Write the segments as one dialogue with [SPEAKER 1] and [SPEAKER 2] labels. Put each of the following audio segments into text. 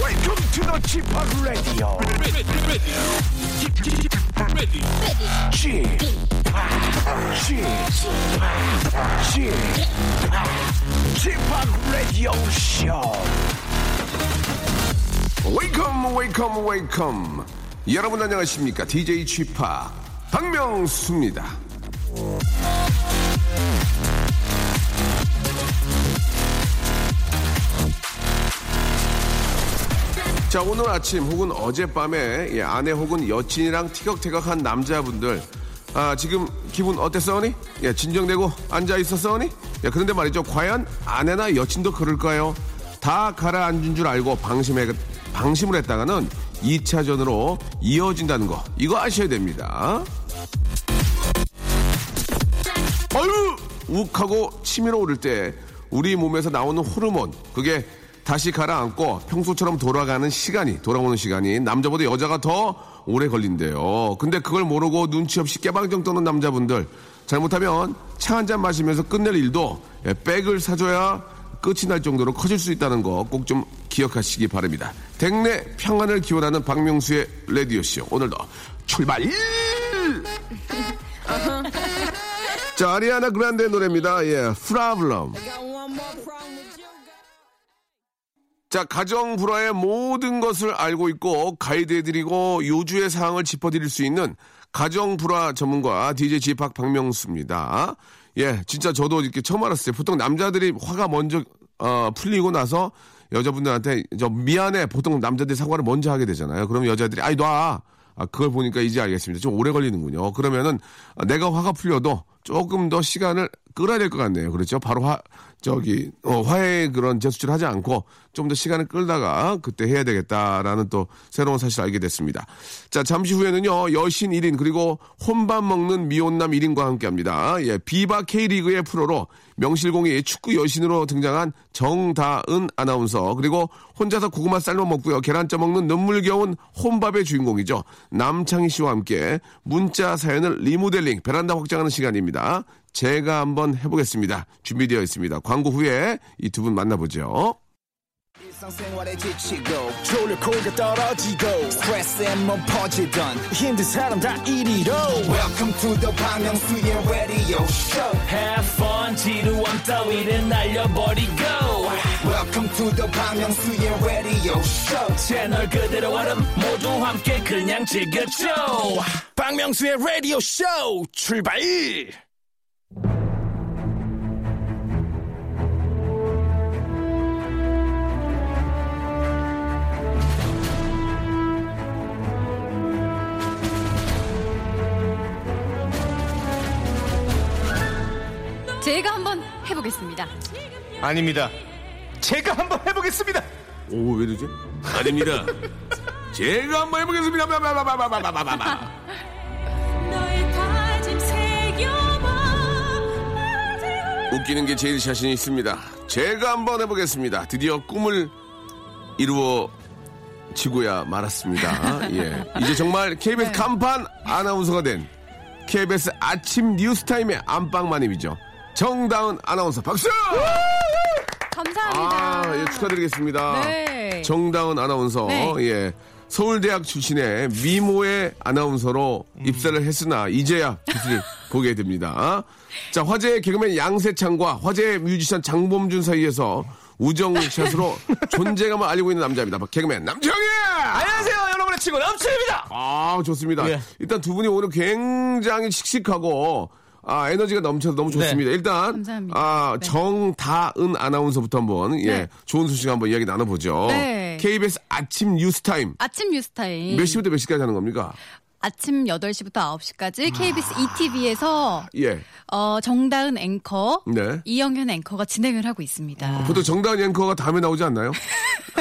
[SPEAKER 1] Welcome to the Chip Radio. Chip Chip Radio Show.
[SPEAKER 2] 웨이컴 웨이컴 웨이컴 여러분 안녕하십니까 DJ 취파 박명수입니다 자 오늘 아침 혹은 어젯밤에 예, 아내 혹은 여친이랑 티격태격한 남자분들 아 지금 기분 어땠어니? 예 진정되고 앉아 있었어니? 예 그런데 말이죠 과연 아내나 여친도 그럴까요? 다 가라앉은 줄 알고 방심해 방심을 했다가는 2차전으로 이어진다는 거 이거 아셔야 됩니다. 어유 욱하고 치밀어 오를 때 우리 몸에서 나오는 호르몬 그게 다시 가라앉고 평소처럼 돌아가는 시간이 돌아오는 시간이 남자보다 여자가 더 오래 걸린대요. 근데 그걸 모르고 눈치 없이 깨방정 떠는 남자분들 잘못하면 차 한 잔 마시면서 끝낼 일도 예, 백을 사줘야 끝이 날 정도로 커질 수 있다는 거 꼭 좀 기억하시기 바랍니다. 댁내 평안을 기원하는 박명수의 레디오 쇼 오늘도 출발! 자, 아리아나 그란데의 노래입니다. 예, 프라블럼. 자, 가정 불화의 모든 것을 알고 있고 가이드해드리고 요주의 사항을 짚어드릴 수 있는 가정 불화 전문가 DJ 지팍 박명수입니다. 예, 진짜 저도 이렇게 처음 알았어요. 보통 남자들이 화가 먼저 어, 풀리고 나서 여자분들한테 저 미안해 보통 남자들이 사과를 먼저 하게 되잖아요. 그럼 여자들이 아이 놔. 아, 그걸 보니까 이제 알겠습니다. 좀 오래 걸리는군요. 그러면은 아, 내가 화가 풀려도 조금 더 시간을 끌어야 될 것 같네요. 그렇죠? 바로 화, 저기, 어, 화해 그런 제수치를 하지 않고 좀 더 시간을 끌다가 그때 해야 되겠다라는 또 새로운 사실을 알게 됐습니다. 자, 잠시 후에는요, 여신 1인 그리고 혼밥 먹는 미혼남 1인과 함께 합니다. 예, 비바 K리그의 프로로 명실공히 축구 여신으로 등장한 정다은 아나운서 그리고 혼자서 고구마 삶아 먹고요. 계란 쪄 먹는 눈물겨운 혼밥의 주인공이죠. 남창희 씨와 함께 문자 사연을 리모델링 베란다 확장하는 시간입니다. 제가 한번 해보겠습니다. 준비되어 있습니다. 광고 후에 이 두 분 만나보죠.
[SPEAKER 1] 일상생활에 지치고, 졸려 코가 떨어지고, 스트레스에 몸 퍼지던, 힘든 사람 다 이리로. welcome to the Bang Myung-soo's radio show
[SPEAKER 3] Have fun 지루한 따위를 날려버리고
[SPEAKER 1] welcome to the Bang Myung-soo's radio show
[SPEAKER 3] 채널 그대로 얼음 모두 함께 그냥 즐겨줘 박명수의 라디오 쇼 출발
[SPEAKER 4] 제가 한번 해보겠습니다.
[SPEAKER 5] 아닙니다. 제가 한번 해보겠습니다.
[SPEAKER 2] 오, 왜 이러지? 아닙니다. 제가 한번 해보겠습니다. 바바바바바바바바바. 웃기는 게 제일 자신 있습니다. 제가 한번 해보겠습니다. 드디어 꿈을 이루어 지고야 말았습니다. 예. 이제 정말 KBS 간판 아나운서가 된 KBS 아침 뉴스타임의 안방마님이죠. 정다은 아나운서 박수!
[SPEAKER 4] 감사합니다.
[SPEAKER 2] 아, 예, 축하드리겠습니다.
[SPEAKER 4] 네.
[SPEAKER 2] 정다은 아나운서,
[SPEAKER 4] 네.
[SPEAKER 2] 예. 서울대학 출신의 미모의 아나운서로 입사를 했으나 이제야 빛을 보게 됩니다. 자, 화제의 개그맨 양세찬과 화제의 뮤지션 장범준 사이에서 우정샷으로 존재감을 알리고 있는 남자입니다. 개그맨 남정희!
[SPEAKER 4] 아,
[SPEAKER 5] 안녕하세요, 여러분의 친구 남친입니다.
[SPEAKER 2] 아, 좋습니다.
[SPEAKER 5] 예.
[SPEAKER 2] 일단 두 분이 오늘 굉장히 씩씩하고 아, 에너지가 넘쳐서 너무 좋습니다. 일단
[SPEAKER 4] 감사합니다.
[SPEAKER 2] 아,
[SPEAKER 4] 네.
[SPEAKER 2] 정다은 아나운서부터 한번 예,
[SPEAKER 4] 네.
[SPEAKER 2] 좋은 소식 한번 이야기 나눠 보죠.
[SPEAKER 4] 네. 예.
[SPEAKER 2] KBS 아침 뉴스 타임
[SPEAKER 4] 아침 뉴스 타임.
[SPEAKER 2] 몇 시부터 몇 시까지 하는 겁니까?
[SPEAKER 4] 아침 8시부터
[SPEAKER 2] 아.
[SPEAKER 4] 9시까지 KBS ETV에서
[SPEAKER 2] 예.
[SPEAKER 4] 어, 정다은 앵커,
[SPEAKER 2] 네. 어,
[SPEAKER 4] 이영현 앵커가 진행을 하고 있습니다.
[SPEAKER 2] 보통 정다은 앵커가 다음에 나오지 않나요?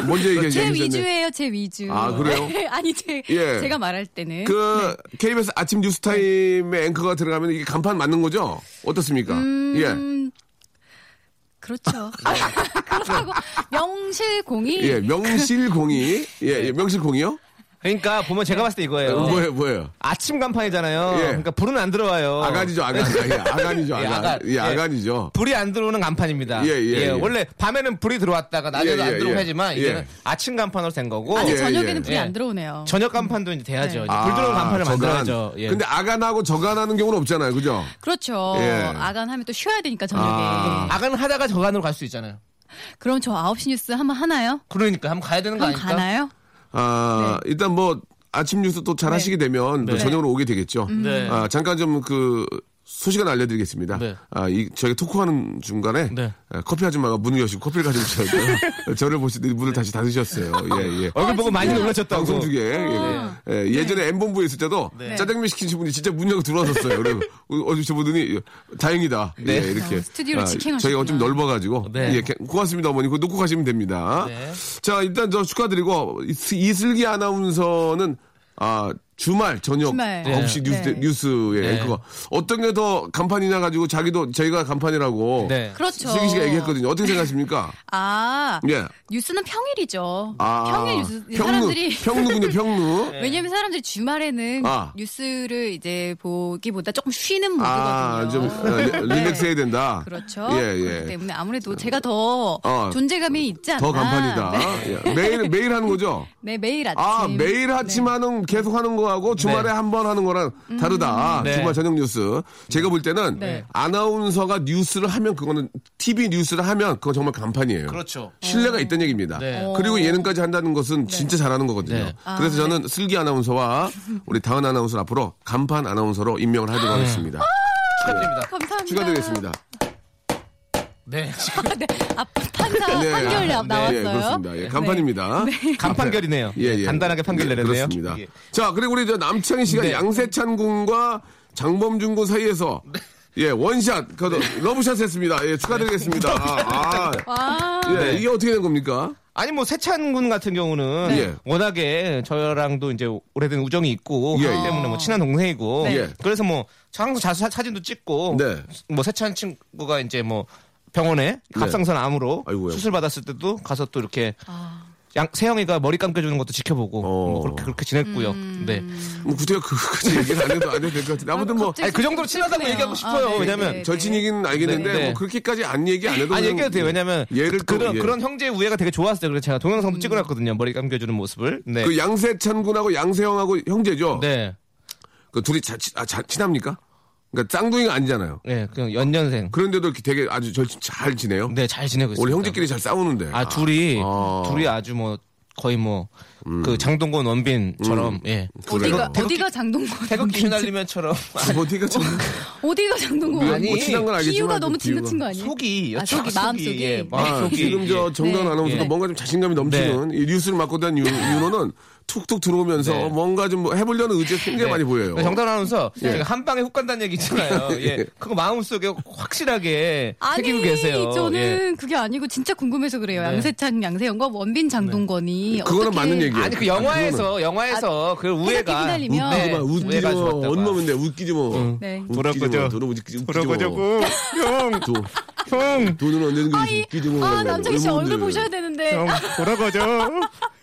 [SPEAKER 2] 먼저 얘기해
[SPEAKER 4] 제
[SPEAKER 2] 얘기해 주셨네.
[SPEAKER 4] 위주예요, 제 위주.
[SPEAKER 2] 아, 그래요?
[SPEAKER 4] 아니, 제,
[SPEAKER 2] 예.
[SPEAKER 4] 제가 말할 때는.
[SPEAKER 2] 그
[SPEAKER 4] 네.
[SPEAKER 2] KBS 아침 뉴스타임에 앵커가 들어가면 이게 간판 맞는 거죠? 어떻습니까? 예.
[SPEAKER 4] 음, 그렇죠. 그렇다고 명실공히
[SPEAKER 2] 아, 예, 명실공히. 예, 예, 명실공히요?
[SPEAKER 5] 그러니까 보면 제가 봤을 때 이거예요.
[SPEAKER 2] 뭐예요, 뭐예요?
[SPEAKER 5] 아침 간판이잖아요.
[SPEAKER 2] 네. 예.
[SPEAKER 5] 그러니까 불은 안 들어와요.
[SPEAKER 2] 아간이죠, 아간. 예, 아간이죠,
[SPEAKER 5] 예,
[SPEAKER 2] 아간.
[SPEAKER 5] 아간.
[SPEAKER 2] 예, 아간이죠.
[SPEAKER 5] 불이 안 들어오는 간판입니다.
[SPEAKER 2] 예, 예, 예.
[SPEAKER 5] 원래 밤에는 불이 들어왔다가 낮에도
[SPEAKER 2] 예, 예,
[SPEAKER 5] 안 들어오고
[SPEAKER 2] 예.
[SPEAKER 5] 하지만 이제는
[SPEAKER 2] 예.
[SPEAKER 5] 아침 간판으로 된 거고
[SPEAKER 4] 아직
[SPEAKER 2] 예,
[SPEAKER 4] 저녁에는
[SPEAKER 2] 예.
[SPEAKER 4] 불이
[SPEAKER 5] 예.
[SPEAKER 4] 안 들어오네요.
[SPEAKER 5] 저녁 간판도 이제 돼야죠.
[SPEAKER 4] 네.
[SPEAKER 5] 이제 그 불 들어오는 간판을
[SPEAKER 2] 아, 저간.
[SPEAKER 5] 만들어야죠. 예.
[SPEAKER 2] 근데 아간하고 저간하는 경우는 없잖아요, 그죠?
[SPEAKER 4] 그렇죠.
[SPEAKER 2] 예.
[SPEAKER 4] 아간 하면 또 쉬어야 되니까 저녁에.
[SPEAKER 2] 아.
[SPEAKER 5] 아간 하다가 저간으로 갈 수 있잖아요.
[SPEAKER 4] 그럼 저 9시 뉴스 한번 하나요?
[SPEAKER 5] 그러니까 한번 가야 되는 거
[SPEAKER 4] 그럼
[SPEAKER 5] 아닐까?
[SPEAKER 4] 가나요?
[SPEAKER 2] 아, 일단 뭐 아침 뉴스 또 잘 하시게 되면 또 저녁으로 오게 되겠죠.
[SPEAKER 5] 네.
[SPEAKER 2] 아, 잠깐 좀 그 소식은 알려드리겠습니다.
[SPEAKER 5] 네.
[SPEAKER 2] 아, 이 저희 토크하는 중간에
[SPEAKER 5] 네.
[SPEAKER 2] 아, 커피 아줌마가 문을 여시고 커피를 가지고 오셨어요. 저를 보시더니 문을 다시 닫으셨어요. 예, 예.
[SPEAKER 5] 얼굴 보고 많이 놀라셨다고. 네.
[SPEAKER 2] 방송 중에
[SPEAKER 4] 어.
[SPEAKER 2] 예,
[SPEAKER 4] 네.
[SPEAKER 2] 예. 전에 M본부에 있을 때도 짜장면 시키신 분이 진짜 문 열고 들어왔었어요. 그리고 어제 저보더니 다행이다. 예, 이렇게.
[SPEAKER 4] 어, 스튜디오를 직행하셨구나.
[SPEAKER 2] 저희가 좀 넓어가지고.
[SPEAKER 5] 네.
[SPEAKER 2] 예, 게- 고맙습니다, 어머니. 그거 놓고 가시면 됩니다.
[SPEAKER 5] 네.
[SPEAKER 2] 자, 일단 저 축하드리고 이슬- 이슬기 아나운서는 아, 주말 저녁
[SPEAKER 4] 주말.
[SPEAKER 2] 9시 뉴스,
[SPEAKER 4] 네.
[SPEAKER 2] 뉴스에
[SPEAKER 5] 네.
[SPEAKER 2] 앵커가 어떤 게 더 간판이냐 가지고 자기도 저희가 간판이라고
[SPEAKER 5] 네.
[SPEAKER 4] 그렇죠.
[SPEAKER 2] 슬기 씨가 얘기했거든요. 어떻게 생각하십니까?
[SPEAKER 4] 아,
[SPEAKER 2] 예.
[SPEAKER 4] 뉴스는 평일이죠.
[SPEAKER 2] 아,
[SPEAKER 4] 평일 뉴스
[SPEAKER 2] 평루,
[SPEAKER 4] 사람들이
[SPEAKER 2] 평루군요, 평루.
[SPEAKER 4] 왜냐면 사람들이 주말에는
[SPEAKER 2] 아.
[SPEAKER 4] 뉴스를 이제 보기보다 조금 쉬는 모드거든요. 네.
[SPEAKER 2] 아, 좀 어, 리- 릴렉스 해야 된다.
[SPEAKER 4] 그렇죠.
[SPEAKER 2] 예,
[SPEAKER 4] 그렇기
[SPEAKER 2] 예.
[SPEAKER 4] 때문에 아무래도 제가 더
[SPEAKER 2] 어,
[SPEAKER 4] 존재감이 있지 않나.
[SPEAKER 2] 더 간판이다.
[SPEAKER 4] 네,
[SPEAKER 2] 예. 매일 매일 하는 거죠.
[SPEAKER 4] 네, 매일 아침. 네.
[SPEAKER 2] 아, 매일 하지만은 계속 하는 거하고 주말에
[SPEAKER 5] 네.
[SPEAKER 2] 한 번 하는 거랑 다르다. 아,
[SPEAKER 5] 네.
[SPEAKER 2] 주말 저녁 뉴스. 제가 볼 때는
[SPEAKER 4] 음. 네.
[SPEAKER 2] 아나운서가 뉴스를 하면 그거는 TV 뉴스를 하면 그건 정말 간판이에요.
[SPEAKER 5] 그렇죠.
[SPEAKER 2] 신뢰가
[SPEAKER 4] 음.
[SPEAKER 2] 있다는 얘기입니다.
[SPEAKER 5] 네.
[SPEAKER 4] 어.
[SPEAKER 2] 그리고 예능까지 한다는 것은 진짜 잘하는 거거든요.
[SPEAKER 5] 네.
[SPEAKER 4] 아,
[SPEAKER 2] 그래서 저는 슬기 아나운서와 우리 다은 아나운서 는 앞으로 간판 아나운서로 임명을 하도록
[SPEAKER 5] 네.
[SPEAKER 2] 하겠습니다.
[SPEAKER 5] 축하드립니다.
[SPEAKER 4] 아, 감사합니다.
[SPEAKER 2] 축하드리겠습니다.
[SPEAKER 5] 네.
[SPEAKER 4] 아, 판사
[SPEAKER 2] 네.
[SPEAKER 4] 판결 나-
[SPEAKER 2] 네.
[SPEAKER 4] 나왔어요. 네.
[SPEAKER 2] 예, 그렇습니다. 예, 간판입니다.
[SPEAKER 5] 간판결이네요.
[SPEAKER 2] 예, 예.
[SPEAKER 5] 간단하게 판결
[SPEAKER 2] 예,
[SPEAKER 5] 내렸네요.
[SPEAKER 2] 그렇습니다.
[SPEAKER 5] 예.
[SPEAKER 2] 자, 그리고 우리 저 남창희 씨가
[SPEAKER 5] 네.
[SPEAKER 2] 양세찬 군과 장범준 군 사이에서 예, 원샷, 그, 러브샷 했습니다. 예, 축하드리겠습니다.
[SPEAKER 5] 네.
[SPEAKER 2] 아,
[SPEAKER 4] 와.
[SPEAKER 2] 예, 이게 어떻게 된 겁니까?
[SPEAKER 5] 아니 뭐 세찬 군 같은 경우는
[SPEAKER 2] 네.
[SPEAKER 5] 워낙에 저랑도 이제 오래된 우정이 있고
[SPEAKER 2] 예,
[SPEAKER 5] 그렇기
[SPEAKER 2] 예.
[SPEAKER 5] 때문에 뭐 친한 동생이고
[SPEAKER 2] 네. 예.
[SPEAKER 5] 그래서 뭐 항상 자수 사진도 찍고
[SPEAKER 2] 네.
[SPEAKER 5] 뭐 세찬 친구가 이제 뭐 병원에 갑상선 암으로
[SPEAKER 2] 아이고야.
[SPEAKER 5] 수술 받았을 때도 가서 또 이렇게
[SPEAKER 4] 아.
[SPEAKER 5] 양 세영이가 머리 감겨주는 것도 지켜보고
[SPEAKER 2] 어.
[SPEAKER 5] 뭐 그렇게 그렇게 지냈고요.
[SPEAKER 4] 음.
[SPEAKER 5] 네.
[SPEAKER 2] 뭐, 구태여 그까지 얘기는 안 해도 안 해도 될 것 같은데. 아무튼 뭐,
[SPEAKER 5] 아니, 그 정도로 친하다고
[SPEAKER 4] 슬프네요.
[SPEAKER 5] 얘기하고 싶어요.
[SPEAKER 4] 아, 네,
[SPEAKER 5] 왜냐면
[SPEAKER 4] 네,
[SPEAKER 2] 절친 얘기는 알겠는데,
[SPEAKER 5] 네, 네.
[SPEAKER 2] 뭐, 그렇게까지 안 얘기 안 해도.
[SPEAKER 5] 아니
[SPEAKER 2] 그냥
[SPEAKER 5] 얘기해도 돼요. 왜냐면
[SPEAKER 2] 예를 또,
[SPEAKER 5] 그런
[SPEAKER 2] 예.
[SPEAKER 5] 그런 형제의 우애가 되게 좋았어요. 그래서 제가
[SPEAKER 4] 음.
[SPEAKER 5] 동영상도 찍어놨거든요. 머리 감겨주는 모습을. 네.
[SPEAKER 2] 그 양세찬 군하고 양세형하고 형제죠?
[SPEAKER 5] 네.
[SPEAKER 2] 그 둘이 자, 치- 아, 자- 친합니까? 그러니까 쌍둥이가 아니잖아요.
[SPEAKER 5] 네. 그냥 연년생.
[SPEAKER 2] 그런데도 이렇게 되게 아주 절친 잘 지내요?
[SPEAKER 5] 네, 잘 지내고 있습니다.
[SPEAKER 2] 원래 형제끼리 잘 싸우는데.
[SPEAKER 5] 아, 둘이
[SPEAKER 2] 아. 음.
[SPEAKER 5] 둘이 아주 뭐 거의 뭐 그 장동건 원빈처럼 예.
[SPEAKER 4] 어디가
[SPEAKER 2] 그래요?
[SPEAKER 4] 어디가 장동건? 아,
[SPEAKER 5] 태극기 휘날리면처럼
[SPEAKER 2] 어디가 좀
[SPEAKER 4] 어디가 장동건?
[SPEAKER 5] 아니,
[SPEAKER 2] 뭐 친한 건 알겠지만
[SPEAKER 4] 비유가 너무
[SPEAKER 2] 그 비유가.
[SPEAKER 4] 지나친 거 아니에요?
[SPEAKER 5] 속이
[SPEAKER 4] 아, 속이, 마음속이.
[SPEAKER 5] 예,
[SPEAKER 4] 네.
[SPEAKER 2] 아,
[SPEAKER 5] 마음속이
[SPEAKER 2] 지금 저 정다은
[SPEAKER 4] 네.
[SPEAKER 2] 아나운서가
[SPEAKER 4] 예.
[SPEAKER 2] 뭔가 좀 자신감이 넘치는 이 뉴스를 맡고 단 유- 유노는 툭툭 들어오면서
[SPEAKER 5] 네.
[SPEAKER 2] 뭔가 좀 뭐 해보려는 의지가 굉장히
[SPEAKER 4] 네.
[SPEAKER 2] 많이 보여요. 예.
[SPEAKER 5] 정단 아나운서 제가 한 방에 훅 간다는 얘기 있잖아요. 예. 그거 마음속에 확실하게 새기고
[SPEAKER 4] 아니
[SPEAKER 5] 계세요. 예.
[SPEAKER 4] 저는 그게 아니고 진짜 궁금해서 그래요. 양세찬, 양세형과 원빈 장동건이
[SPEAKER 2] 네. 그거는
[SPEAKER 4] 어떻게
[SPEAKER 2] 맞는 얘기예요.
[SPEAKER 5] 아니 그 영화에서 영화에서 그
[SPEAKER 4] 아, 태극기
[SPEAKER 5] 우애가
[SPEAKER 4] 휘날리면 웃기지
[SPEAKER 5] 네,
[SPEAKER 2] 웃기지
[SPEAKER 5] 우애가
[SPEAKER 2] 뭐.
[SPEAKER 5] 좋았다고.
[SPEAKER 2] 언놈인데 웃기지 뭐.
[SPEAKER 4] 네.
[SPEAKER 2] 웃기지 뭐.
[SPEAKER 5] 돌아보죠.
[SPEAKER 2] 돈 웃기지 뭐.
[SPEAKER 5] 형,
[SPEAKER 2] 도,
[SPEAKER 5] 형,
[SPEAKER 2] 돈은 언제든
[SPEAKER 4] 아이,
[SPEAKER 2] 웃기지 뭐.
[SPEAKER 4] 아 남창희 씨 얼굴
[SPEAKER 2] 외모들.
[SPEAKER 4] 보셔야 되는데
[SPEAKER 5] 돌아보죠.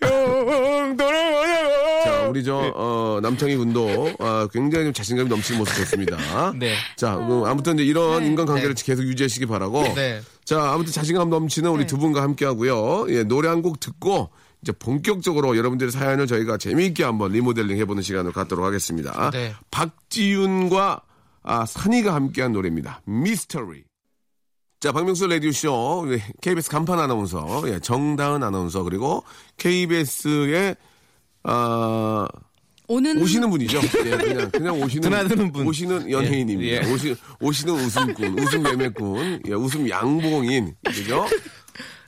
[SPEAKER 5] 형,
[SPEAKER 2] 자,
[SPEAKER 5] 돌아보죠.
[SPEAKER 2] 우리 저, 어, 남창희 군도 아, 굉장히 좀 자신감이 넘치는 모습이었습니다.
[SPEAKER 5] 네.
[SPEAKER 2] 자, 그, 아무튼 이제 이런 인간관계를 계속 유지하시기 바라고.
[SPEAKER 5] 네.
[SPEAKER 2] 자, 아무튼 자신감 넘치는 우리 두 분과 함께 하고요. 예, 노래 한 곡 듣고 이제 본격적으로 여러분들의 사연을 저희가 재미있게 한번 리모델링 해보는 시간을 갖도록 하겠습니다.
[SPEAKER 5] 네.
[SPEAKER 2] 박지윤과 아, 산이가 함께한 노래입니다. 미스터리. 자, 박명수 라디오쇼, 예, KBS 간판 아나운서, 예, 정다은 아나운서, 그리고 KBS의, 아,
[SPEAKER 4] 오는
[SPEAKER 2] 오시는 분이죠. 예, 그냥, 그냥 오시는.
[SPEAKER 5] 드나드는 분.
[SPEAKER 2] 오시는 연예인입니다.
[SPEAKER 5] 예, 예.
[SPEAKER 2] 오시, 오시는 웃음꾼, 웃음 매매꾼, 예, 웃음 양봉인, 그죠?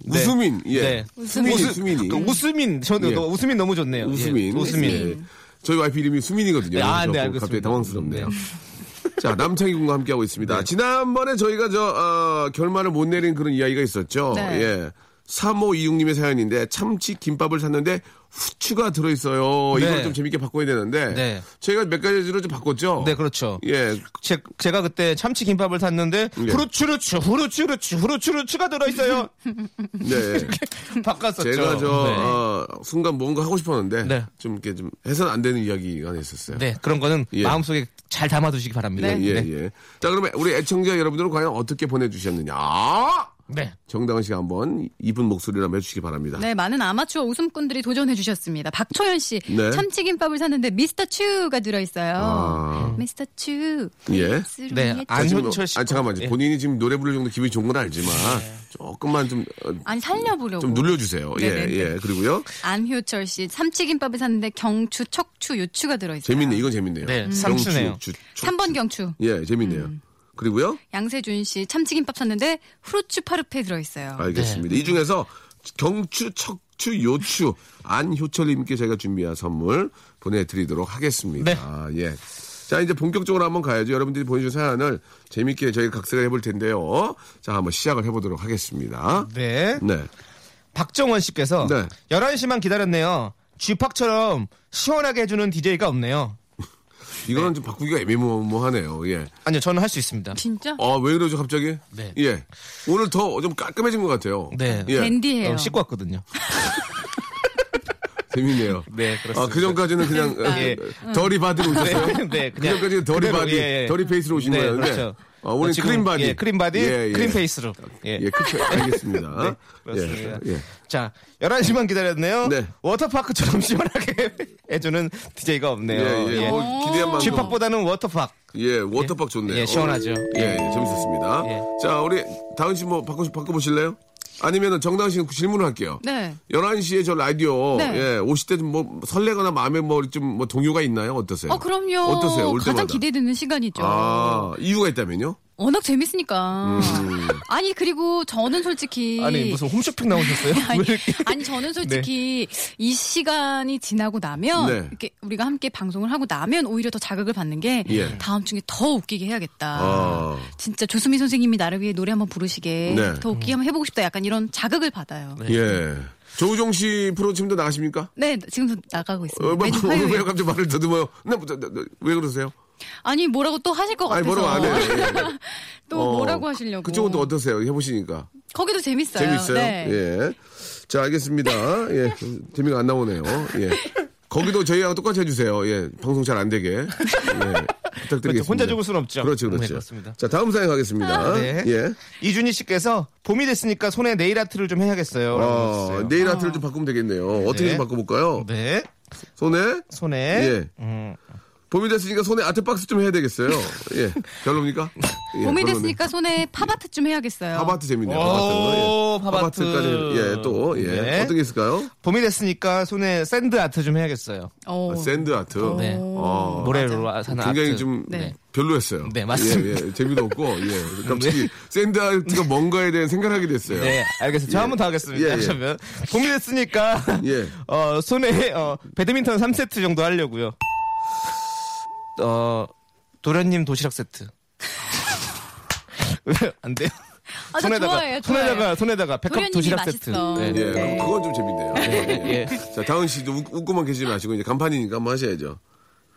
[SPEAKER 2] 웃음인, 예.
[SPEAKER 5] 네.
[SPEAKER 2] 웃음인,
[SPEAKER 5] 웃음-
[SPEAKER 2] 웃음인이.
[SPEAKER 5] 그 웃음인 저는
[SPEAKER 2] 예.
[SPEAKER 5] 너 웃음인 너무 좋네요.
[SPEAKER 2] 웃음인.
[SPEAKER 5] 예. 웃음인.
[SPEAKER 2] 예. 저희 와이프 이름이 수민이거든요. 그래서
[SPEAKER 5] 아, 예, 네,
[SPEAKER 2] 갑자기
[SPEAKER 5] 알겠습니다.
[SPEAKER 2] 당황스럽네요. 자, 남창희 군과 함께하고 있습니다.
[SPEAKER 5] 네.
[SPEAKER 2] 지난번에 저희가 저, 어, 결말을 못 내린 그런 이야기가 있었죠.
[SPEAKER 4] 네.
[SPEAKER 2] 예. 3526님의 사연인데, 참치 김밥을 샀는데, 후추가 들어있어요.
[SPEAKER 5] 네.
[SPEAKER 2] 이걸 좀 재밌게 바꿔야 되는데,
[SPEAKER 5] 네.
[SPEAKER 2] 저희가 몇 가지로 좀 바꿨죠?
[SPEAKER 5] 네, 그렇죠.
[SPEAKER 2] 예.
[SPEAKER 5] 제, 제가 그때 참치 김밥을 샀는데
[SPEAKER 2] 예.
[SPEAKER 5] 후루츠루츠 후루츠루츠 후루츠루츠가 들어있어요.
[SPEAKER 2] 네.
[SPEAKER 5] 바꿨었죠.
[SPEAKER 2] 제가 저,
[SPEAKER 5] 네.
[SPEAKER 2] 어, 순간 뭔가 하고 싶었는데,
[SPEAKER 5] 네.
[SPEAKER 2] 좀 이렇게 좀 해서는 안 되는 이야기가 있었어요.
[SPEAKER 5] 네, 그런 거는
[SPEAKER 2] 예.
[SPEAKER 5] 마음속에 잘 담아두시기 바랍니다.
[SPEAKER 4] 네.
[SPEAKER 2] 예,
[SPEAKER 5] 네.
[SPEAKER 2] 예. 자, 그러면 우리 애청자 여러분들은 과연 어떻게 보내주셨느냐?
[SPEAKER 5] 네.
[SPEAKER 2] 정다은 씨가 한번 이쁜 목소리로 한번 해주시기 바랍니다.
[SPEAKER 4] 네, 많은 아마추어 웃음꾼들이 도전해 주셨습니다. 박초현 씨,
[SPEAKER 2] 네.
[SPEAKER 4] 참치김밥을 샀는데 미스터 츄가 들어있어요.
[SPEAKER 2] 아.
[SPEAKER 4] 미스터 츄.
[SPEAKER 2] 예.
[SPEAKER 5] 네,
[SPEAKER 4] 쓰리에
[SPEAKER 5] 안-
[SPEAKER 2] 아, 지금,
[SPEAKER 5] 안현철 씨
[SPEAKER 2] 아, 잠깐만.
[SPEAKER 5] 거. 예. 네.
[SPEAKER 2] 본인이 지금 노래 부를 정도 기분이 좋은 건 알지만, 조금만 좀, 어,
[SPEAKER 4] 아니 살려보려고.
[SPEAKER 2] 좀 눌러주세요. 예,
[SPEAKER 4] 네네네.
[SPEAKER 2] 예. 그리고요.
[SPEAKER 4] 안효철 씨 참치김밥을 샀는데 경추, 척추, 유추가 들어있어요.
[SPEAKER 2] 재밌네. 이건 재밌네요.
[SPEAKER 5] 네,
[SPEAKER 2] 경추,
[SPEAKER 5] 삼추네요.
[SPEAKER 2] 주, 주,
[SPEAKER 4] 3번 경추. 음.
[SPEAKER 2] 예, 재밌네요. 그리고요.
[SPEAKER 4] 양세준 씨 참치김밥 샀는데 후르츠 파르페 들어있어요.
[SPEAKER 5] 아,
[SPEAKER 2] 아, 알겠습니다.
[SPEAKER 5] 네.
[SPEAKER 2] 이 중에서 경추, 척추, 요추, 안효철님께 저희가 준비한 선물 보내드리도록 하겠습니다.
[SPEAKER 5] 네.
[SPEAKER 2] 아, 예. 자, 이제 본격적으로 한번 가야죠. 여러분들이 보내주신 사연을 재밌게 저희가 각색을 해볼 텐데요. 자, 한번 시작을 해보도록 하겠습니다.
[SPEAKER 5] 네.
[SPEAKER 2] 네.
[SPEAKER 5] 박정원 씨께서
[SPEAKER 2] 네.
[SPEAKER 5] 11시만 기다렸네요. 쥐팍처럼 시원하게 해주는 DJ가 없네요.
[SPEAKER 2] 이거는
[SPEAKER 5] 네.
[SPEAKER 2] 좀 바꾸기가 애매모호하네요. 예.
[SPEAKER 5] 아니요, 저는 할 수 있습니다.
[SPEAKER 4] 진짜?
[SPEAKER 2] 아, 왜 그러죠, 갑자기?
[SPEAKER 5] 네.
[SPEAKER 2] 예. 오늘 더 좀 깔끔해진 것 같아요.
[SPEAKER 5] 네.
[SPEAKER 2] 예.
[SPEAKER 4] 댄디예요.
[SPEAKER 5] 어, 씻고 왔거든요.
[SPEAKER 2] 재밌네요.
[SPEAKER 5] 네, 그렇습니다.
[SPEAKER 2] 아, 그 전까지는 그냥 어,
[SPEAKER 5] 예.
[SPEAKER 2] 덜이 바디로 오셨어요?
[SPEAKER 5] 네, 네,
[SPEAKER 2] 그
[SPEAKER 5] 그냥
[SPEAKER 2] 전까지는 덜이
[SPEAKER 5] 그대로,
[SPEAKER 2] 바디,
[SPEAKER 5] 예, 예.
[SPEAKER 2] 덜이 페이스로 오신
[SPEAKER 5] 네,
[SPEAKER 2] 거였는데.
[SPEAKER 5] 그렇죠.
[SPEAKER 2] 아, 오늘
[SPEAKER 5] 지금,
[SPEAKER 2] 크림 바디.
[SPEAKER 5] 예, 크림 바디, 크림 페이스로.
[SPEAKER 2] 예,
[SPEAKER 5] 예.
[SPEAKER 2] 크- 알겠습니다.
[SPEAKER 5] 네, 그렇습니다.
[SPEAKER 2] 예, 예.
[SPEAKER 5] 자, 11시만 기다렸네요.
[SPEAKER 2] 네.
[SPEAKER 5] 워터파크처럼 시원하게 해주는 DJ가 없네요.
[SPEAKER 2] 예, 예. 뭐 기대한 만큼.
[SPEAKER 5] 쥐팍보다는 워터파크.
[SPEAKER 2] 예, 워터박 좋네요.
[SPEAKER 5] 예, 시원하죠.
[SPEAKER 2] 예, 예, 재밌었습니다.
[SPEAKER 5] 예.
[SPEAKER 2] 자, 우리 다은 씨 뭐 바꿔, 바꿔보실래요? 아니면 은 정다은 씨는 질문을 할게요.
[SPEAKER 4] 네.
[SPEAKER 2] 11시에 저 라디오
[SPEAKER 4] 네.
[SPEAKER 2] 예, 오실 때 좀 뭐 설레거나 마음에 뭐 좀 뭐 동요가 있나요? 어떠세요?
[SPEAKER 4] 어 그럼요.
[SPEAKER 2] 어떠세요? 올
[SPEAKER 4] 가장
[SPEAKER 2] 때마다.
[SPEAKER 4] 기대되는 시간이죠.
[SPEAKER 2] 아, 음. 이유가 있다면요?
[SPEAKER 4] 워낙 재밌으니까. 아니 그리고 저는
[SPEAKER 2] 어.
[SPEAKER 4] 솔직히
[SPEAKER 5] 아니, 무슨 홈쇼핑 나오셨어요?
[SPEAKER 4] 아니,
[SPEAKER 5] 왜 이렇게-
[SPEAKER 4] 아니, 저는 솔직히 이 시간이 지나고 나면
[SPEAKER 2] 네.
[SPEAKER 4] 이렇게 우리가 함께 방송을 하고 나면 오히려 더 자극을 받는 게
[SPEAKER 2] 예.
[SPEAKER 4] 다음 중에 더 웃기게 해야겠다.
[SPEAKER 2] 아.
[SPEAKER 4] 진짜 조수미 선생님이 나를 위해 노래 한번 부르시게
[SPEAKER 2] 네.
[SPEAKER 4] 더 웃기게 한번 해보고 싶다. 약간 이런 자극을 받아요. 네,
[SPEAKER 2] 예. 조우종 씨 프로 지금도 나가십니까?
[SPEAKER 4] 지금도 나가고 있습니다.
[SPEAKER 2] 어, 뭐,
[SPEAKER 4] 매주
[SPEAKER 2] 뭐,
[SPEAKER 4] 화요일.
[SPEAKER 2] 왜 갑자기 말을 더듬어요? 나, 뭐, 나, 나, 나, 왜 그러세요?
[SPEAKER 4] 아니 뭐라고 또 하실 것
[SPEAKER 2] 아니,
[SPEAKER 4] 같아서
[SPEAKER 2] 뭐라고 안 해요. 예.
[SPEAKER 4] 또
[SPEAKER 2] 어,
[SPEAKER 4] 뭐라고 하시려고?
[SPEAKER 2] 그쪽은 또 어떠세요? 해보시니까.
[SPEAKER 4] 거기도 재밌어요.
[SPEAKER 2] 재밌어요?
[SPEAKER 4] 네.
[SPEAKER 2] 예. 자, 알겠습니다. 예. 재미가 안 나오네요. 예. 거기도 저희하고 똑같이 해주세요. 예. 방송 잘 안 되게. 예. 부탁드리겠습니다.
[SPEAKER 5] 그렇죠. 혼자 죽을 순 없죠.
[SPEAKER 2] 그렇죠,
[SPEAKER 5] 네,
[SPEAKER 2] 그렇죠.
[SPEAKER 5] 그렇습니다.
[SPEAKER 2] 자, 다음 사연
[SPEAKER 4] 아,
[SPEAKER 2] 가겠습니다.
[SPEAKER 5] 네.
[SPEAKER 2] 예.
[SPEAKER 5] 이준희 씨께서 봄이 됐으니까 손에 네일 아트를 좀 해야겠어요. 라고
[SPEAKER 2] 어,
[SPEAKER 5] 하셨어요.
[SPEAKER 2] 내일 아트를 좀 바꾸면 되겠네요. 어떻게
[SPEAKER 5] 네.
[SPEAKER 2] 좀 바꿔볼까요?
[SPEAKER 5] 네.
[SPEAKER 2] 손에?
[SPEAKER 5] 손에
[SPEAKER 2] 예.
[SPEAKER 5] 음,
[SPEAKER 2] 봄이 됐으니까 손에 아트 박스 좀 해야 되겠어요. 예. 별로입니까? 예,
[SPEAKER 4] 봄이
[SPEAKER 2] 별로네.
[SPEAKER 4] 됐으니까 손에 팝아트 좀 해야겠어요.
[SPEAKER 2] 팝아트 재밌네요.
[SPEAKER 5] 오,
[SPEAKER 2] 팝아트.
[SPEAKER 5] 팝아트.
[SPEAKER 2] 팝아트까지 예, 또 예.
[SPEAKER 5] 네.
[SPEAKER 2] 어떤 게 있을까요?
[SPEAKER 5] 봄이 됐으니까 손에 샌드 아트 좀 해야겠어요.
[SPEAKER 4] 어.
[SPEAKER 2] 아, 샌드 아트.
[SPEAKER 5] 네.
[SPEAKER 2] 어.
[SPEAKER 5] 모래로 사는 아트.
[SPEAKER 2] 굉장히 좀
[SPEAKER 4] 네.
[SPEAKER 2] 별로였어요.
[SPEAKER 5] 네, 맞습니다.
[SPEAKER 2] 예, 예, 재미도 없고 예. 갑자기 샌드 아트가 뭔가에 대한 생각을 하게 됐어요.
[SPEAKER 5] 네, 알겠습니다.
[SPEAKER 2] 예.
[SPEAKER 5] 저 한 번 더 하겠습니다.
[SPEAKER 2] 예, 예.
[SPEAKER 5] 그러면 봄이 됐으니까
[SPEAKER 2] 예.
[SPEAKER 5] 어, 손에 어, 배드민턴 3세트 정도 하려고요. 어, 도련님 도시락 세트. 왜 안 돼요?
[SPEAKER 4] 아, 저
[SPEAKER 5] 손에다가
[SPEAKER 4] 좋아해요, 좋아해요.
[SPEAKER 5] 손에다가 손에다가 백합
[SPEAKER 4] 도련님이
[SPEAKER 5] 도시락
[SPEAKER 4] 맛있어.
[SPEAKER 5] 세트. 네.
[SPEAKER 2] 예, 그건 좀 재밌네요. 예. 자, 다은 씨도 웃, 고만 계시지 마시고 이제 간판이니까 한번 하셔야죠.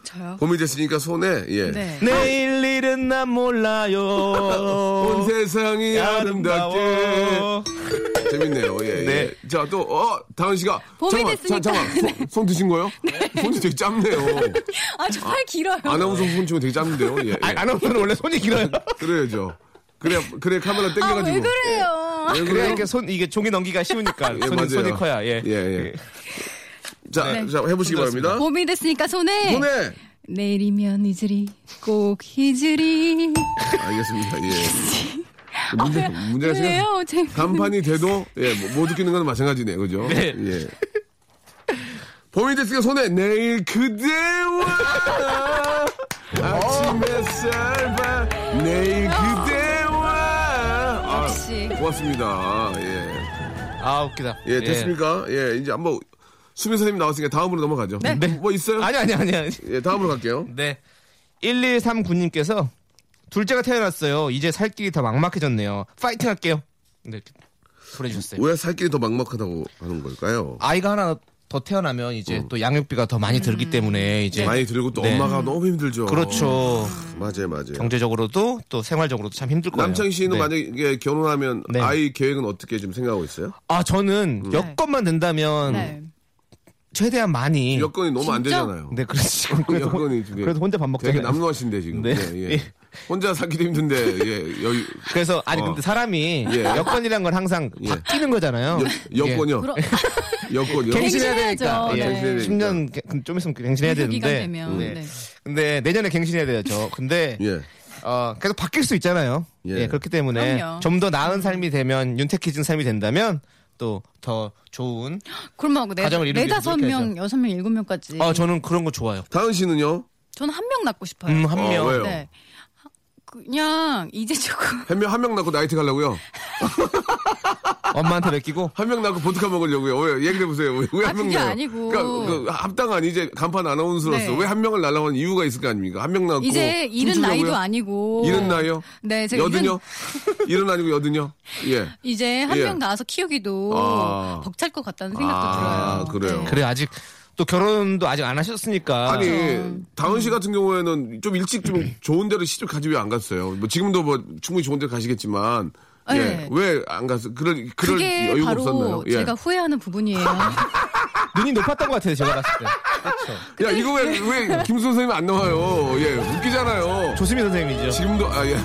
[SPEAKER 4] 저요?
[SPEAKER 2] 봄이 됐으니까 손에 예.
[SPEAKER 4] 네.
[SPEAKER 5] 내일 일은 난
[SPEAKER 2] 온
[SPEAKER 5] 몰라요.
[SPEAKER 2] 세상이 아름답게
[SPEAKER 5] 아름다워.
[SPEAKER 2] 재밌네요. 예.
[SPEAKER 5] 네.
[SPEAKER 2] 예. 자, 또, 어, 다은 씨가.
[SPEAKER 4] 봄이
[SPEAKER 2] 잠깐만,
[SPEAKER 4] 됐으니까.
[SPEAKER 2] 자, 잠깐만. 손, 손 드신 거예요? 손이 되게 짧네요.
[SPEAKER 4] 아, 정말 길어요.
[SPEAKER 2] 아나운서 손 치면 되게 짧은데요? 예. 예.
[SPEAKER 5] 아, 아나운서는 원래 손이 길어요.
[SPEAKER 2] 그래야죠. 그래, 그래, 카메라
[SPEAKER 4] 아,
[SPEAKER 2] 땡겨가지고. 예.
[SPEAKER 4] 왜 그래요?
[SPEAKER 2] 왜
[SPEAKER 5] 그래야
[SPEAKER 2] 그래요?
[SPEAKER 5] 이게 손 이게 종이 넘기가 쉬우니까
[SPEAKER 2] 예, 맞아요.
[SPEAKER 5] 손이, 손이 커야 예.
[SPEAKER 2] 예, 예. 자,
[SPEAKER 4] 네.
[SPEAKER 2] 자, 해보시기 바랍니다.
[SPEAKER 4] 봄이 됐으니까 손에
[SPEAKER 2] 손에!
[SPEAKER 4] 내일이면 이즈리 꼭 이즈리
[SPEAKER 2] 알겠습니다. 예. 문제, 문제가 생각-
[SPEAKER 4] 어, 왜요? 제
[SPEAKER 2] 간판이 돼도, 예, 뭐, 못 웃기는 건 마찬가지네요. 그죠?
[SPEAKER 5] 네.
[SPEAKER 2] 예. 봄이 됐으니까 손에 내일 그대와 아침 햇살 봐 내일
[SPEAKER 4] 어.
[SPEAKER 2] 그대와
[SPEAKER 4] 역시.
[SPEAKER 2] 아, 고맙습니다. 예.
[SPEAKER 5] 아 웃기다.
[SPEAKER 2] 예, 됐습니까? 예, 이제 한번 수빈 선생님 나왔으니까 다음으로 넘어가죠.
[SPEAKER 5] 네.
[SPEAKER 2] 뭐 있어요?
[SPEAKER 5] 아니 아니 아니 아니.
[SPEAKER 2] 예, 다음으로 갈게요.
[SPEAKER 5] 네. 1139님께서 둘째가 태어났어요. 이제 살 길이 다 막막해졌네요. 파이팅 할게요. 네, 이렇게 보내주셨어요.
[SPEAKER 2] 왜 살길이 더 막막하다고 하는 걸까요?
[SPEAKER 5] 아이가 하나 더 태어나면 이제 또 양육비가 더 많이 들기 때문에 이제
[SPEAKER 2] 많이 들고 또
[SPEAKER 5] 네.
[SPEAKER 2] 엄마가 너무 힘들죠.
[SPEAKER 5] 그렇죠.
[SPEAKER 2] 맞아요, 맞아요.
[SPEAKER 5] 경제적으로도 또 생활적으로도 참 힘들 거예요.
[SPEAKER 2] 남창희 씨는
[SPEAKER 5] 네.
[SPEAKER 2] 만약에 결혼하면
[SPEAKER 5] 네.
[SPEAKER 2] 아이 계획은 어떻게 지금 생각하고 있어요?
[SPEAKER 5] 아
[SPEAKER 2] 음.
[SPEAKER 5] 저는 여건만 된다면
[SPEAKER 4] 네.
[SPEAKER 5] 최대한 많이
[SPEAKER 2] 여건이 너무 안
[SPEAKER 4] 진짜?
[SPEAKER 2] 되잖아요.
[SPEAKER 5] 네 그렇지 그래도,
[SPEAKER 2] 여건이 지금
[SPEAKER 5] 그래도 혼자 밥
[SPEAKER 2] 되게
[SPEAKER 5] 먹잖아요.
[SPEAKER 2] 남노하신데 지금.
[SPEAKER 5] 네.
[SPEAKER 2] 예, 예.
[SPEAKER 5] 예.
[SPEAKER 2] 혼자 살기도 힘든데 예, 여유
[SPEAKER 5] 그래서 아니
[SPEAKER 2] 어.
[SPEAKER 5] 근데 사람이
[SPEAKER 2] 예.
[SPEAKER 5] 여건이란 건 항상
[SPEAKER 2] 예.
[SPEAKER 5] 바뀌는 거잖아요.
[SPEAKER 2] 여, 여권이요.
[SPEAKER 4] 그럼-
[SPEAKER 2] 여권이요.
[SPEAKER 5] 갱신해야 되니까.
[SPEAKER 4] 갱신해야죠.
[SPEAKER 5] 예.
[SPEAKER 2] 네.
[SPEAKER 5] 10년 개- 좀 있으면 갱신해야
[SPEAKER 4] 유효 기간
[SPEAKER 5] 되는데.
[SPEAKER 4] 되면,
[SPEAKER 5] 네.
[SPEAKER 4] 네.
[SPEAKER 5] 근데 내년에 갱신해야 되죠. 근데
[SPEAKER 2] 예.
[SPEAKER 5] 어, 계속 바뀔 수 있잖아요.
[SPEAKER 2] 예.
[SPEAKER 5] 예. 그렇기 때문에
[SPEAKER 4] 그럼요.
[SPEAKER 5] 좀 더 나은 삶이 되면 윤택해진 삶이 된다면 또 더 좋은.
[SPEAKER 4] 그러면 네,
[SPEAKER 5] 가정을 이루기
[SPEAKER 4] 네
[SPEAKER 5] 위해서
[SPEAKER 4] 다섯
[SPEAKER 5] 그렇게
[SPEAKER 4] 명, 여섯 명, 일곱 명까지.
[SPEAKER 5] 아 저는 그런 거 좋아요.
[SPEAKER 2] 다은 씨는요?
[SPEAKER 4] 저는 한 명 낳고 싶어요.
[SPEAKER 5] 음, 한
[SPEAKER 2] 어,
[SPEAKER 5] 명.
[SPEAKER 2] 왜요?
[SPEAKER 4] 네. 그냥 이제 조금
[SPEAKER 2] 한 명 한 명 낳고 나이트 가려고요.
[SPEAKER 5] 엄마한테 맡기고.
[SPEAKER 2] 한 명 낳고 보드카 먹으려고요. 왜 얘기해 보세요.
[SPEAKER 4] 아,
[SPEAKER 2] 왜한명
[SPEAKER 4] 그게
[SPEAKER 2] 낳아요?
[SPEAKER 4] 아니고.
[SPEAKER 2] 그러니까 그 합당한 이제 간판 아나운서로서
[SPEAKER 4] 네.
[SPEAKER 2] 왜 한 명을 날라고 하는 이유가 있을 거 아닙니까? 한 명 낳고
[SPEAKER 4] 이제 이른
[SPEAKER 2] 춤추려고요?
[SPEAKER 4] 나이도 아니고
[SPEAKER 2] 이른 나이요?
[SPEAKER 4] 네, 제가
[SPEAKER 2] 여든요? 이른 아니고 여든요? 예.
[SPEAKER 4] 이제 한
[SPEAKER 2] 예.
[SPEAKER 4] 명 낳아서 키우기도
[SPEAKER 2] 아.
[SPEAKER 4] 벅찰 것 같다는 생각도
[SPEAKER 2] 아,
[SPEAKER 4] 들어요. 네.
[SPEAKER 2] 그래요?
[SPEAKER 5] 그래 아직 또 결혼도 아직 안 하셨으니까.
[SPEAKER 2] 아니 다은 씨 같은 경우에는 좀 일찍 좀 좋은 데로 시집 가지 왜 안 갔어요? 뭐 지금도 뭐 충분히 좋은 데 가시겠지만 예.
[SPEAKER 4] 네.
[SPEAKER 2] 예왜안 갔어? 그럴 그럴
[SPEAKER 4] 그게
[SPEAKER 2] 여유가
[SPEAKER 4] 바로
[SPEAKER 2] 없었나요? 예.
[SPEAKER 4] 제가 후회하는 부분이에요.
[SPEAKER 5] 눈이 높았던 것 같아요 제가 봤을 때. 그렇죠.
[SPEAKER 2] 야 이거 왜왜 김수 선생님 안 나와요? 예 웃기잖아요.
[SPEAKER 5] 조수미 선생님이죠.
[SPEAKER 2] 지금도 아 예.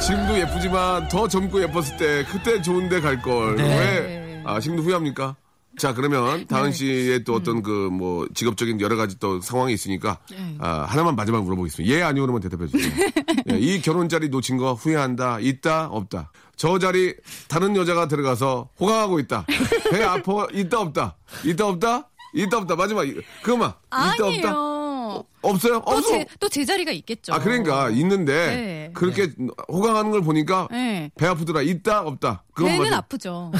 [SPEAKER 2] 지금도 예쁘지만 더 젊고 예뻤을 때 그때 좋은 데 갈
[SPEAKER 4] 네.
[SPEAKER 2] 걸. 왜? 아 지금도 후회합니까? 자 그러면 다은 씨의
[SPEAKER 4] 음.
[SPEAKER 2] 또 어떤 그 뭐 직업적인 여러 가지 또 상황이 있으니까
[SPEAKER 4] 네.
[SPEAKER 2] 아, 하나만 마지막 물어보겠습니다. 예 아니오로만 대답해 주세요. 예, 이 결혼 자리 놓친 거 후회한다. 있다 없다. 저 자리 다른 여자가 들어가서 호강하고 있다. 배 아파 있다 없다. 있다 없다. 있다 없다. 마지막 그만. 있다 없다.
[SPEAKER 4] 아니에요.
[SPEAKER 2] 없어요?
[SPEAKER 4] 또,
[SPEAKER 2] 없어.
[SPEAKER 4] 제, 또 제자리가 있겠죠.
[SPEAKER 2] 아 그러니까 있는데
[SPEAKER 4] 어. 네.
[SPEAKER 2] 그렇게 호강하는 걸 보니까
[SPEAKER 4] 네.
[SPEAKER 2] 배 아프더라 있다 없다 그건
[SPEAKER 4] 배는
[SPEAKER 2] 맞아
[SPEAKER 4] 아프죠.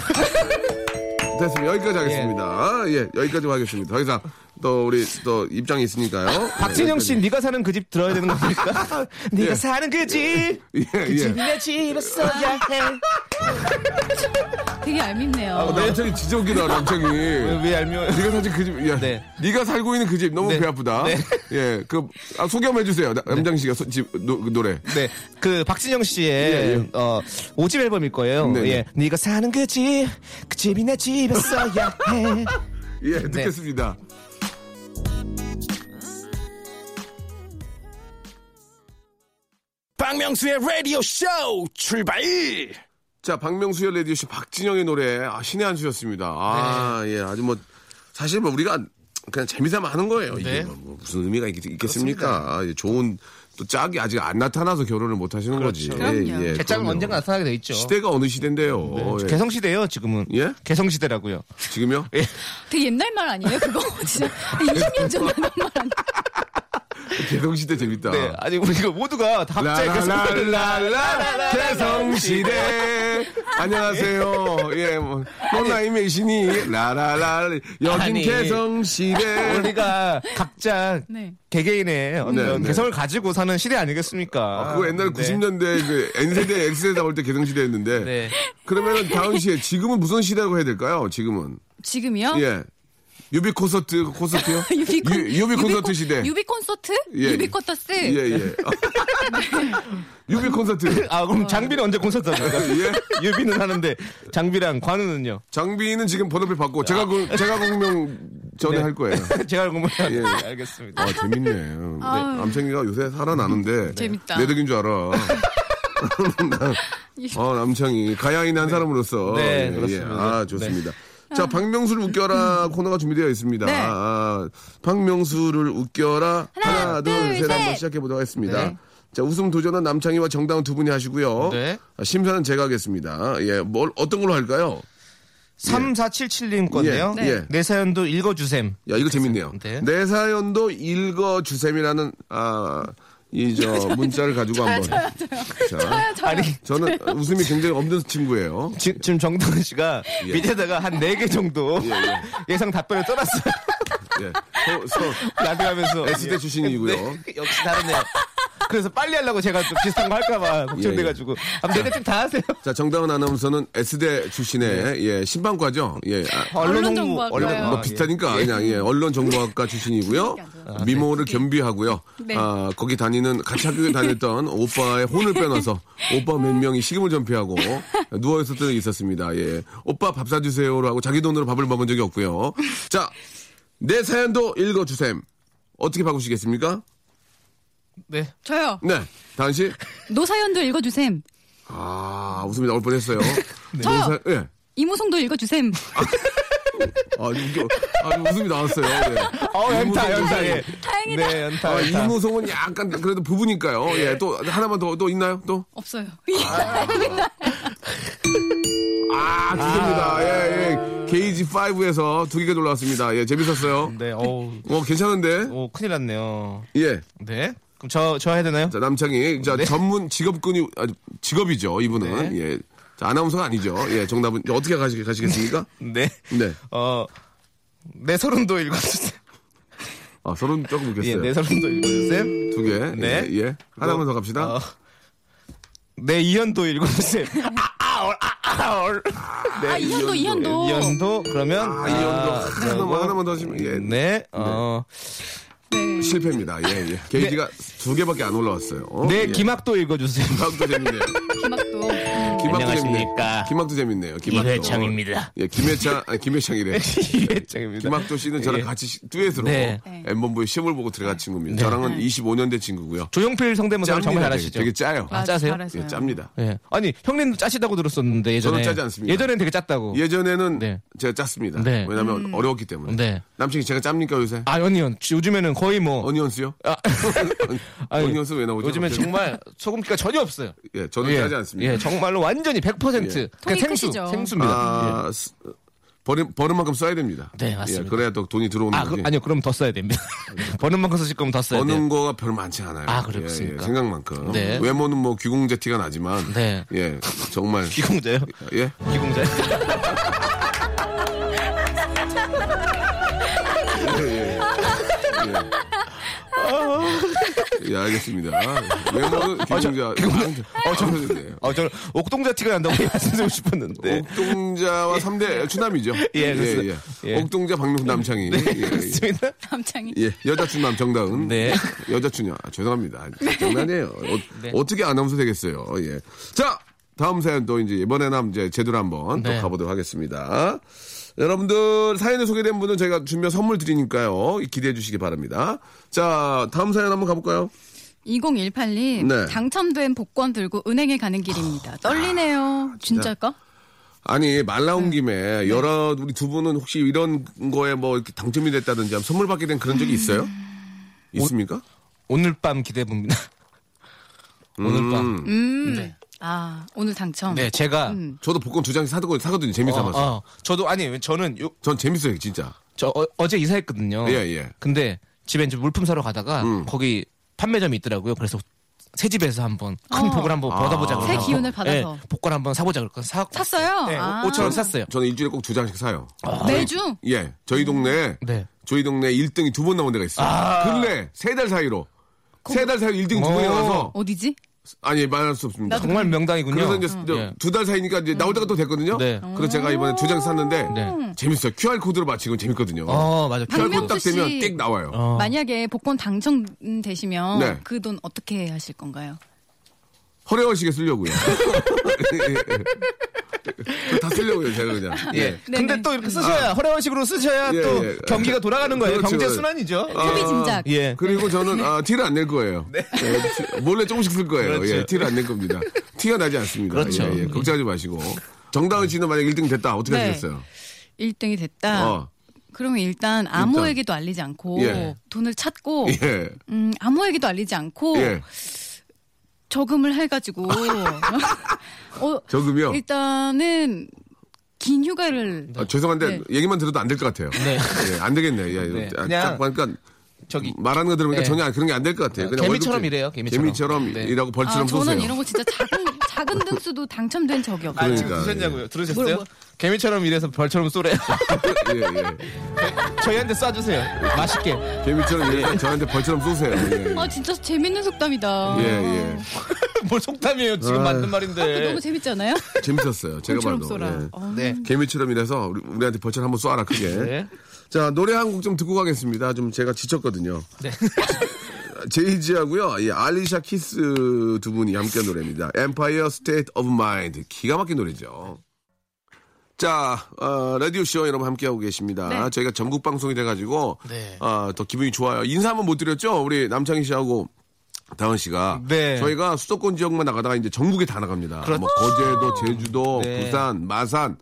[SPEAKER 2] 됐습니다 여기까지 하겠습니다 예, 여기까지 하겠습니다 더 이상 또 우리 또 입장이 있으니까요
[SPEAKER 5] 아, 박진영
[SPEAKER 2] 예,
[SPEAKER 5] 씨, 네가 사는 그 집 들어야 되는 겁니까? 네가
[SPEAKER 2] 예.
[SPEAKER 5] 사는 그 집,
[SPEAKER 2] 예,
[SPEAKER 5] 그
[SPEAKER 2] 예.
[SPEAKER 5] 집이 내 집이었어야 해.
[SPEAKER 4] 되게 얄밉네요.
[SPEAKER 2] 어, 남창이 지저귀다 남창이
[SPEAKER 5] 왜, 왜 알면?
[SPEAKER 2] 네가 사실 그집 야,
[SPEAKER 5] 네.
[SPEAKER 2] 네가 살고 있는 그 집 너무
[SPEAKER 5] 네.
[SPEAKER 2] 배 아프다
[SPEAKER 5] 네.
[SPEAKER 2] 예그 아, 소개 한번 해주세요 나- 남장 씨가 소- 집 노, 그 노래
[SPEAKER 5] 네, 그 박진영 씨의
[SPEAKER 2] 예, 예.
[SPEAKER 5] 어 5집 앨범일 거예요.
[SPEAKER 2] 네, 네.
[SPEAKER 5] 예, 네가 사는 그 집, 그 집이 내 집이었어야 해. 네.
[SPEAKER 2] 예 듣겠습니다
[SPEAKER 3] 박명수의 라디오 쇼 출발!
[SPEAKER 2] 자, 박명수의 레디오씨 박진영의 노래, 아, 신의 한 수였습니다. 아,
[SPEAKER 5] 네.
[SPEAKER 2] 예, 아주 뭐, 사실 뭐 우리가 그냥 재미삼아 하는 거예요. 이게
[SPEAKER 5] 네.
[SPEAKER 2] 뭐, 뭐 무슨 의미가 있, 겠습니까 예, 좋은, 또 짝이 아직 안 나타나서 결혼을 못 하시는 거지.
[SPEAKER 4] 그럼요.
[SPEAKER 2] 예,
[SPEAKER 5] 개짱은
[SPEAKER 2] 그럼요.
[SPEAKER 5] 그렇죠. 언젠가 나타나게 돼 있죠. 네.
[SPEAKER 2] 시대가 어느 시대인데요. 예.
[SPEAKER 5] 개성 시대예요 지금은.
[SPEAKER 2] 예?
[SPEAKER 5] 개성 시대라고요.
[SPEAKER 2] 지금요?
[SPEAKER 5] 예.
[SPEAKER 4] 되게 옛날 말 아니에요? 그거 진짜 20년 전에 한말 아니에요?
[SPEAKER 2] 개성시대 재밌다.
[SPEAKER 5] 네, 아니 우리가 모두가 다 갑자기 개성.
[SPEAKER 2] 라라라라라 개성시대 안녕하세요 예뭐 나이 몇이니 라라라 여긴
[SPEAKER 5] 아니,
[SPEAKER 2] 개성시대
[SPEAKER 5] 우리가 각자
[SPEAKER 4] 네.
[SPEAKER 5] 개개인의 어떤
[SPEAKER 2] 네, 네.
[SPEAKER 5] 개성을 가지고 사는 시대 아니겠습니까?
[SPEAKER 2] 아, 그거 옛날에
[SPEAKER 5] 네.
[SPEAKER 2] 90년대 그 N세대, X세대 나올 때 개성시대였는데.
[SPEAKER 5] 네.
[SPEAKER 2] 그러면은 다은 씨의 지금은 무슨 시대라고 해야 될까요? 지금은.
[SPEAKER 4] 지금이요?
[SPEAKER 2] 예. 유비 콘서트, 콘서트요?
[SPEAKER 4] 어? 유비, 콘,
[SPEAKER 2] 유, 유비 콘서트 시대.
[SPEAKER 4] 유비 콘서트?
[SPEAKER 2] 예.
[SPEAKER 4] 유비 콘서트?
[SPEAKER 2] 예, 예. 유비 콘서트.
[SPEAKER 5] 아 그럼 장비는 언제 콘서트 합니까?
[SPEAKER 2] 예.
[SPEAKER 5] 유비는 하는데 장비랑 관우는요.
[SPEAKER 2] 장비는 지금 번호표 받고 제가 공, 제가 공명 전에
[SPEAKER 5] 네.
[SPEAKER 2] 할 거예요.
[SPEAKER 5] 제가 공부해야
[SPEAKER 2] 예.
[SPEAKER 5] 알겠습니다.
[SPEAKER 2] 아, 재밌네. 네. 남창이가 요새 살아나는데.
[SPEAKER 4] 음. 재밌다.
[SPEAKER 2] 내 덕인 줄 알아. 어, 남창이. 가야인 한 사람으로서.
[SPEAKER 5] 네, 그렇습니다.
[SPEAKER 2] 아, 좋습니다. 자, 박명수를 웃겨라 코너가 준비되어 있습니다.
[SPEAKER 4] 음. 네.
[SPEAKER 2] 아, 박명수를 웃겨라. 하나,
[SPEAKER 4] 하나,
[SPEAKER 2] 둘,
[SPEAKER 4] 둘,
[SPEAKER 2] 셋.
[SPEAKER 4] 셋.
[SPEAKER 2] 한번 시작해보도록 하겠습니다.
[SPEAKER 5] 네.
[SPEAKER 2] 자, 웃음 도전은 남창희와 정다운 두 분이 하시고요.
[SPEAKER 5] 네.
[SPEAKER 2] 아, 심사는 제가 하겠습니다. 예, 뭘, 어떤 걸로 할까요?
[SPEAKER 5] 3477님 건데요.
[SPEAKER 2] 예, 예.
[SPEAKER 5] 내 사연도 읽어주셈.
[SPEAKER 2] 야, 이거 재밌네요.
[SPEAKER 5] 네.
[SPEAKER 2] 내 사연도 읽어주셈이라는, 아, 이 저 문자를 가지고 한번. 자,
[SPEAKER 4] 아니
[SPEAKER 2] 저는 웃음이 굉장히 없는 친구예요.
[SPEAKER 5] 지, 지금 정동훈 씨가
[SPEAKER 2] 예.
[SPEAKER 5] 밑에다가 한 네 개 정도 예, 상 답변을 떠났어요.
[SPEAKER 2] 예. 서, 서,
[SPEAKER 5] 라디오하면서
[SPEAKER 2] S대 출신이고요.
[SPEAKER 5] 역시 다르네요. 그래서 빨리 하려고 제가 또 비슷한 거 할까봐 걱정돼가지고 한번 내가 좀다 하세요.
[SPEAKER 2] 예, 자, 정다은 아나운서는 S대 출신의 예, 신방과죠. 예. 아,
[SPEAKER 4] 정보학과요.
[SPEAKER 2] 언론 뭐
[SPEAKER 4] 아,
[SPEAKER 2] 비슷하니까 그냥 예, 언론 정보학과 출신이고요. 미모를 겸비하고요.
[SPEAKER 4] 네.
[SPEAKER 2] 아, 거기 다니는 같이 학교에 다녔던 오빠의 혼을 빼놔서 오빠
[SPEAKER 4] 음.
[SPEAKER 2] 몇 명이 식임을 전폐하고 누워 있을 때도 있었습니다. 예. 오빠 밥 사주세요로 하고 자기 돈으로 밥을 먹은 적이 없고요. 자, 내 사연도 읽어 주셈. 어떻게 바꾸시겠습니까?
[SPEAKER 5] 네.
[SPEAKER 4] 저요.
[SPEAKER 2] 네, 다은 씨.
[SPEAKER 4] 노사연도 읽어주셈.
[SPEAKER 2] 아, 웃음이 나올 뻔했어요. 네.
[SPEAKER 4] 저요.
[SPEAKER 2] 예.
[SPEAKER 4] 이무송도 읽어주셈.
[SPEAKER 2] 아, 웃겨. 아, 웃음이 나왔어요. 예.
[SPEAKER 5] 어 연타
[SPEAKER 2] 이무송
[SPEAKER 5] 연타
[SPEAKER 2] 선생님.
[SPEAKER 5] 예. 다행이다. 네 연타.
[SPEAKER 2] 아,
[SPEAKER 5] 연타.
[SPEAKER 2] 이무송은 약간 그래도 부부니까요. 예, 또 하나만 더, 또 있나요? 또?
[SPEAKER 4] 없어요.
[SPEAKER 2] 아, 두 개입니다. 예, 예. 게이지 5에서 두 개가 놀라왔습니다. 예, 재밌었어요.
[SPEAKER 5] 네. 어우.
[SPEAKER 2] 어, 괜찮은데?
[SPEAKER 5] 오 큰일 났네요.
[SPEAKER 2] 예.
[SPEAKER 5] 네. 그럼 저, 저 해야 되나요?
[SPEAKER 2] 자, 남창희. 자,
[SPEAKER 5] 네.
[SPEAKER 2] 전문 직업군이, 아, 직업이죠, 이분은.
[SPEAKER 5] 네.
[SPEAKER 2] 예. 자, 아나운서가 아니죠. 예, 정답은. 어떻게 가시, 가시겠습니까?
[SPEAKER 5] 네.
[SPEAKER 2] 네.
[SPEAKER 5] 어, 내 서른도 읽어주세요.
[SPEAKER 2] 아, 서른 조금
[SPEAKER 5] 예,
[SPEAKER 2] 웃겼어요.
[SPEAKER 5] 내 서른도 읽어주세요.
[SPEAKER 2] 두 개.
[SPEAKER 5] 네.
[SPEAKER 2] 예, 예. 하나만 더 갑시다.
[SPEAKER 5] 어, 내 이현도 읽어주세요. 아, 아아얼, 아아얼. 네.
[SPEAKER 4] 아 이현도 이현도.
[SPEAKER 2] 예.
[SPEAKER 5] 이현도, 그러면.
[SPEAKER 2] 아, 이 정도. 하나만,
[SPEAKER 5] 그리고,
[SPEAKER 2] 하나만 더 하시면. 예.
[SPEAKER 5] 네, 어,
[SPEAKER 4] 네.
[SPEAKER 2] 실패입니다. 예, 예. 게이지가
[SPEAKER 5] 네.
[SPEAKER 2] 두 개밖에 안 올라왔어요. 어?
[SPEAKER 5] 내
[SPEAKER 2] 예.
[SPEAKER 5] 기막도 네, 읽어주세요.
[SPEAKER 2] 김학도 재밌네요.
[SPEAKER 4] 기막도. 어,
[SPEAKER 2] 김학도 재밌네요.
[SPEAKER 5] 안녕하십니까.
[SPEAKER 2] 김학도 재밌네요. 김학도.
[SPEAKER 5] 이회창입니다.
[SPEAKER 2] 예, 김회창, 아니, 김회창이래.
[SPEAKER 5] 이회창입니다.
[SPEAKER 2] 김학도 씨는 저랑
[SPEAKER 5] 예.
[SPEAKER 2] 같이 시- 듀엣으로
[SPEAKER 5] 네.
[SPEAKER 4] 네.
[SPEAKER 2] 엠범부의 시험을 보고 들어간 친구입니다. 저랑은 25년 된 친구고요.
[SPEAKER 5] 조용필 성대모사를 어, 정말
[SPEAKER 2] 짭니다,
[SPEAKER 5] 잘하시죠?
[SPEAKER 2] 되게, 되게 짜요.
[SPEAKER 4] 아,
[SPEAKER 5] 짜세요?
[SPEAKER 4] 잘하세요.
[SPEAKER 2] 예, 짭니다.
[SPEAKER 5] 예. 아니, 형님도 짜시다고 들었었는데, 예전에.
[SPEAKER 2] 저는 짜지 않습니다.
[SPEAKER 5] 예전엔 되게 짰다고.
[SPEAKER 2] 예전에는
[SPEAKER 5] 네.
[SPEAKER 2] 제가 짰습니다.
[SPEAKER 5] 네.
[SPEAKER 2] 왜냐면 어려웠기 때문에.
[SPEAKER 5] 네.
[SPEAKER 2] 남친이 제가 짭니까 요새?
[SPEAKER 5] 아, 아니요. 요즘에는 거의 뭐.
[SPEAKER 2] 어니언스요?
[SPEAKER 5] 아. 아니,
[SPEAKER 2] 어니언스 왜 나오죠?
[SPEAKER 5] 요즘엔
[SPEAKER 2] 갑자기?
[SPEAKER 5] 정말 소금기가 전혀 없어요.
[SPEAKER 2] 예, 저는 짜지 않습니다.
[SPEAKER 5] 예, 정말로 완전히 100%
[SPEAKER 2] 예.
[SPEAKER 5] 그냥
[SPEAKER 4] 통이
[SPEAKER 5] 생수,
[SPEAKER 4] 크시죠?
[SPEAKER 5] 생수입니다. 아,
[SPEAKER 2] 아, 쓰- 버는, 버는 만큼 써야 됩니다.
[SPEAKER 5] 네, 맞습니다.
[SPEAKER 2] 예, 그래야 또 돈이 들어오는
[SPEAKER 5] 아
[SPEAKER 2] 거지.
[SPEAKER 5] 그, 아니요, 그럼 더 써야 됩니다. 버는 만큼 쓰실 거면 더 써야 돼요.
[SPEAKER 2] 예. 버는 거가 별로 많지 않아요.
[SPEAKER 5] 아, 그렇습니까?
[SPEAKER 2] 예, 예, 생각만큼.
[SPEAKER 5] 네.
[SPEAKER 2] 외모는 뭐 귀공자 티가 나지만.
[SPEAKER 5] 네.
[SPEAKER 2] 예, 정말.
[SPEAKER 5] 기공자요?
[SPEAKER 2] 예?
[SPEAKER 5] 기공자요?
[SPEAKER 2] 예, 예. 예. 예, 알겠습니다. 외모는 귀공자. 아, 저- 네.
[SPEAKER 5] 어, 저는 옥동자 티가 난다고 말씀드리고 싶었는데.
[SPEAKER 2] 옥동자와 삼대 어, 추남이죠.
[SPEAKER 5] 예, 그렇습니다. 예. 네,
[SPEAKER 2] 옥동자, 박명수, 남창희. 예, 예.
[SPEAKER 5] 그렇습니다.
[SPEAKER 4] 남창이.
[SPEAKER 2] 예, 여자추남 정다은.
[SPEAKER 5] 네.
[SPEAKER 2] 여자추녀. 아, 죄송합니다. 장난이에요. 어, 어떻게 아나운서 되겠어요. 예. 자, 다음 사연 또 이제 이번에는 이제 제대로 한번
[SPEAKER 5] 네.
[SPEAKER 2] 또 가보도록 하겠습니다. 여러분들 사연에 소개된 분은 저희가 준비한 선물 드리니까요. 기대해 주시기 바랍니다. 자, 다음 사연 한번 가볼까요?
[SPEAKER 4] 2018님
[SPEAKER 2] 네. 아,
[SPEAKER 4] 당첨된 복권 들고 은행에 가는 길입니다. 떨리네요. 진짜일까?
[SPEAKER 2] 아니, 말
[SPEAKER 5] 네.
[SPEAKER 2] 나온 김에 여러 우리 두 분은 혹시 이런 거에 뭐 이렇게 당첨이 됐다든지 하면 선물 받게 된 그런 적이 있어요?
[SPEAKER 5] 음.
[SPEAKER 2] 있습니까?
[SPEAKER 5] 오늘 밤 기대해봅니다. 오늘 밤.
[SPEAKER 4] 음. 아 오늘 당첨.
[SPEAKER 5] 네, 제가.
[SPEAKER 4] 음.
[SPEAKER 2] 저도 복권 두 장 사거든요. 사거든요.
[SPEAKER 5] 어,
[SPEAKER 2] 재미삼아서.
[SPEAKER 5] 어, 저도, 아니, 저는 요,
[SPEAKER 2] 전 재밌어요, 진짜.
[SPEAKER 5] 저 어, 제 이사했거든요.
[SPEAKER 2] 예, 음. 예.
[SPEAKER 5] 근데 집에 이제 물품 사러 가다가 거기 판매점이 있더라고요. 그래서 새 집에서 한번 큰
[SPEAKER 4] 어.
[SPEAKER 5] 복을 한번 받아보자.
[SPEAKER 4] 새
[SPEAKER 5] 그래서
[SPEAKER 4] 기운을 받아서.
[SPEAKER 5] 예, 복권 한번 사보자. 그래서 사
[SPEAKER 4] 샀어요?
[SPEAKER 5] 네,
[SPEAKER 4] 아.
[SPEAKER 5] 아, 5천 원 샀어요.
[SPEAKER 2] 저는 일주일에 꼭 두 장씩 사요.
[SPEAKER 4] 네, 매주
[SPEAKER 2] 예. 저희 동네에,
[SPEAKER 5] 네.
[SPEAKER 2] 저희 동네에 1등이 두 번 나온 데가 있어요. 근래, 세 달 사이로. 세 달 사이로 1등이 두
[SPEAKER 5] 아. 어.
[SPEAKER 2] 번이 나와서,
[SPEAKER 4] 어디지?
[SPEAKER 2] 아니, 말할 수 없습니다.
[SPEAKER 5] 정말 명당이군요.
[SPEAKER 2] 그래서 이제
[SPEAKER 4] 어.
[SPEAKER 5] 예.
[SPEAKER 2] 두 달 사이니까 이제 나올 때가 또 됐거든요.
[SPEAKER 5] 네.
[SPEAKER 2] 그래서 제가 이번에 두 장 샀는데,
[SPEAKER 5] 네.
[SPEAKER 2] 재밌어요. QR코드로 맞히고 재밌거든요.
[SPEAKER 5] 어 맞아.
[SPEAKER 4] 방-
[SPEAKER 2] QR코드 딱
[SPEAKER 4] 박명수
[SPEAKER 2] 되면
[SPEAKER 4] 씨.
[SPEAKER 2] 띡 나와요.
[SPEAKER 5] 어.
[SPEAKER 4] 만약에 복권 당첨되시면
[SPEAKER 2] 네.
[SPEAKER 4] 그 돈 어떻게 하실 건가요?
[SPEAKER 2] 허례허식에 쓰려고요. 예. 다 쓰려고요, 제가 그냥.
[SPEAKER 5] 예. 근데
[SPEAKER 4] 네네.
[SPEAKER 5] 또 이렇게 쓰셔야 허례원식으로 쓰셔야
[SPEAKER 2] 아. 예,
[SPEAKER 5] 또
[SPEAKER 2] 예.
[SPEAKER 5] 경기가 돌아가는 거예요.
[SPEAKER 2] 그렇죠.
[SPEAKER 5] 경제 순환이죠.
[SPEAKER 4] 소비 짐작.
[SPEAKER 5] 예.
[SPEAKER 2] 그리고 저는 아, 티를 안 낼 거예요. 예, 티- 몰래 조금씩 쓸 거예요.
[SPEAKER 5] 네. 그렇죠.
[SPEAKER 2] 예, 티를 안 낼 겁니다. 티가 나지 않습니다.
[SPEAKER 5] 그렇죠.
[SPEAKER 2] 예, 예, 걱정하지 마시고. 정다은 씨는 만약 1등 됐다. 어떻게
[SPEAKER 4] 네.
[SPEAKER 2] 하시겠어요?
[SPEAKER 4] 1등이 됐다.
[SPEAKER 2] 어.
[SPEAKER 4] 그러면 일단 아무에게도 알리지 않고
[SPEAKER 2] 예.
[SPEAKER 4] 돈을 찾고
[SPEAKER 2] 예.
[SPEAKER 4] 음, 아무에게도 알리지 않고
[SPEAKER 2] 예.
[SPEAKER 4] 저금을 해가지고 어,
[SPEAKER 2] 저금이요?
[SPEAKER 4] 일단은 긴 휴가를
[SPEAKER 2] 아, 죄송한데
[SPEAKER 4] 네.
[SPEAKER 2] 얘기만 들어도 안 될 것 같아요. 예, 안 되겠네. 요
[SPEAKER 5] 네.
[SPEAKER 2] 아,
[SPEAKER 5] 그냥-
[SPEAKER 2] 딱 보니까
[SPEAKER 5] 네. 저기
[SPEAKER 2] 말하는 거 들으니까
[SPEAKER 5] 네.
[SPEAKER 2] 전혀 안- 그런 게 안 될 것 같아요. 그냥
[SPEAKER 5] 개미처럼
[SPEAKER 2] 월급제-
[SPEAKER 5] 이래요, 개미처럼. 네.
[SPEAKER 2] 이라고 벌처럼
[SPEAKER 4] 아, 저는
[SPEAKER 2] 쏘세요.
[SPEAKER 4] 이런 거 진짜 작은 작은 등수도 당첨된 적이 없어요.
[SPEAKER 5] 아, 지금
[SPEAKER 2] 그러니까,
[SPEAKER 5] 드셨냐고요? 들으셨어요?
[SPEAKER 4] 뭘, 뭘.
[SPEAKER 5] 개미처럼 이래서 벌처럼 쏘래요.
[SPEAKER 2] 예, 예.
[SPEAKER 5] 저희한테 쏴주세요. 맛있게.
[SPEAKER 2] 개미처럼 이래서 저한테 벌처럼 쏘세요. 예,
[SPEAKER 4] 아 진짜 재밌는 속담이다.
[SPEAKER 2] 예. 예,
[SPEAKER 5] 뭘 속담이에요? 지금 맞는
[SPEAKER 4] 아,
[SPEAKER 5] 말인데.
[SPEAKER 4] 너무 재밌잖아요.
[SPEAKER 2] 예. 재밌었어요. 제가
[SPEAKER 4] 처럼
[SPEAKER 2] 봐도.
[SPEAKER 4] 쏘라.
[SPEAKER 2] 예.
[SPEAKER 4] 어.
[SPEAKER 5] 네.
[SPEAKER 2] 개미처럼 이래서 우리, 우리한테 벌처럼 한번 쏴라 크게.
[SPEAKER 5] 네.
[SPEAKER 2] 자 노래 한 곡 좀 듣고 가겠습니다. 좀 제가 지쳤거든요.
[SPEAKER 5] 네.
[SPEAKER 2] 제이지하고요, 이 알리샤 키스 두 분이 함께한 노래입니다. Empire State of Mind. 기가 막힌 노래죠. 자, 어, 라디오쇼 여러분 함께하고 계십니다.
[SPEAKER 4] 네.
[SPEAKER 2] 저희가 전국 방송이 돼가지고,
[SPEAKER 5] 네.
[SPEAKER 2] 어, 더 기분이 좋아요. 인사 한번 못 드렸죠? 우리 남창희 씨하고 다은 씨가.
[SPEAKER 5] 네.
[SPEAKER 2] 저희가 수도권 지역만 나가다가 이제 전국에 다 나갑니다.
[SPEAKER 5] 그렇죠.
[SPEAKER 2] 뭐 거제도, 제주도,
[SPEAKER 5] 네.
[SPEAKER 2] 부산, 마산.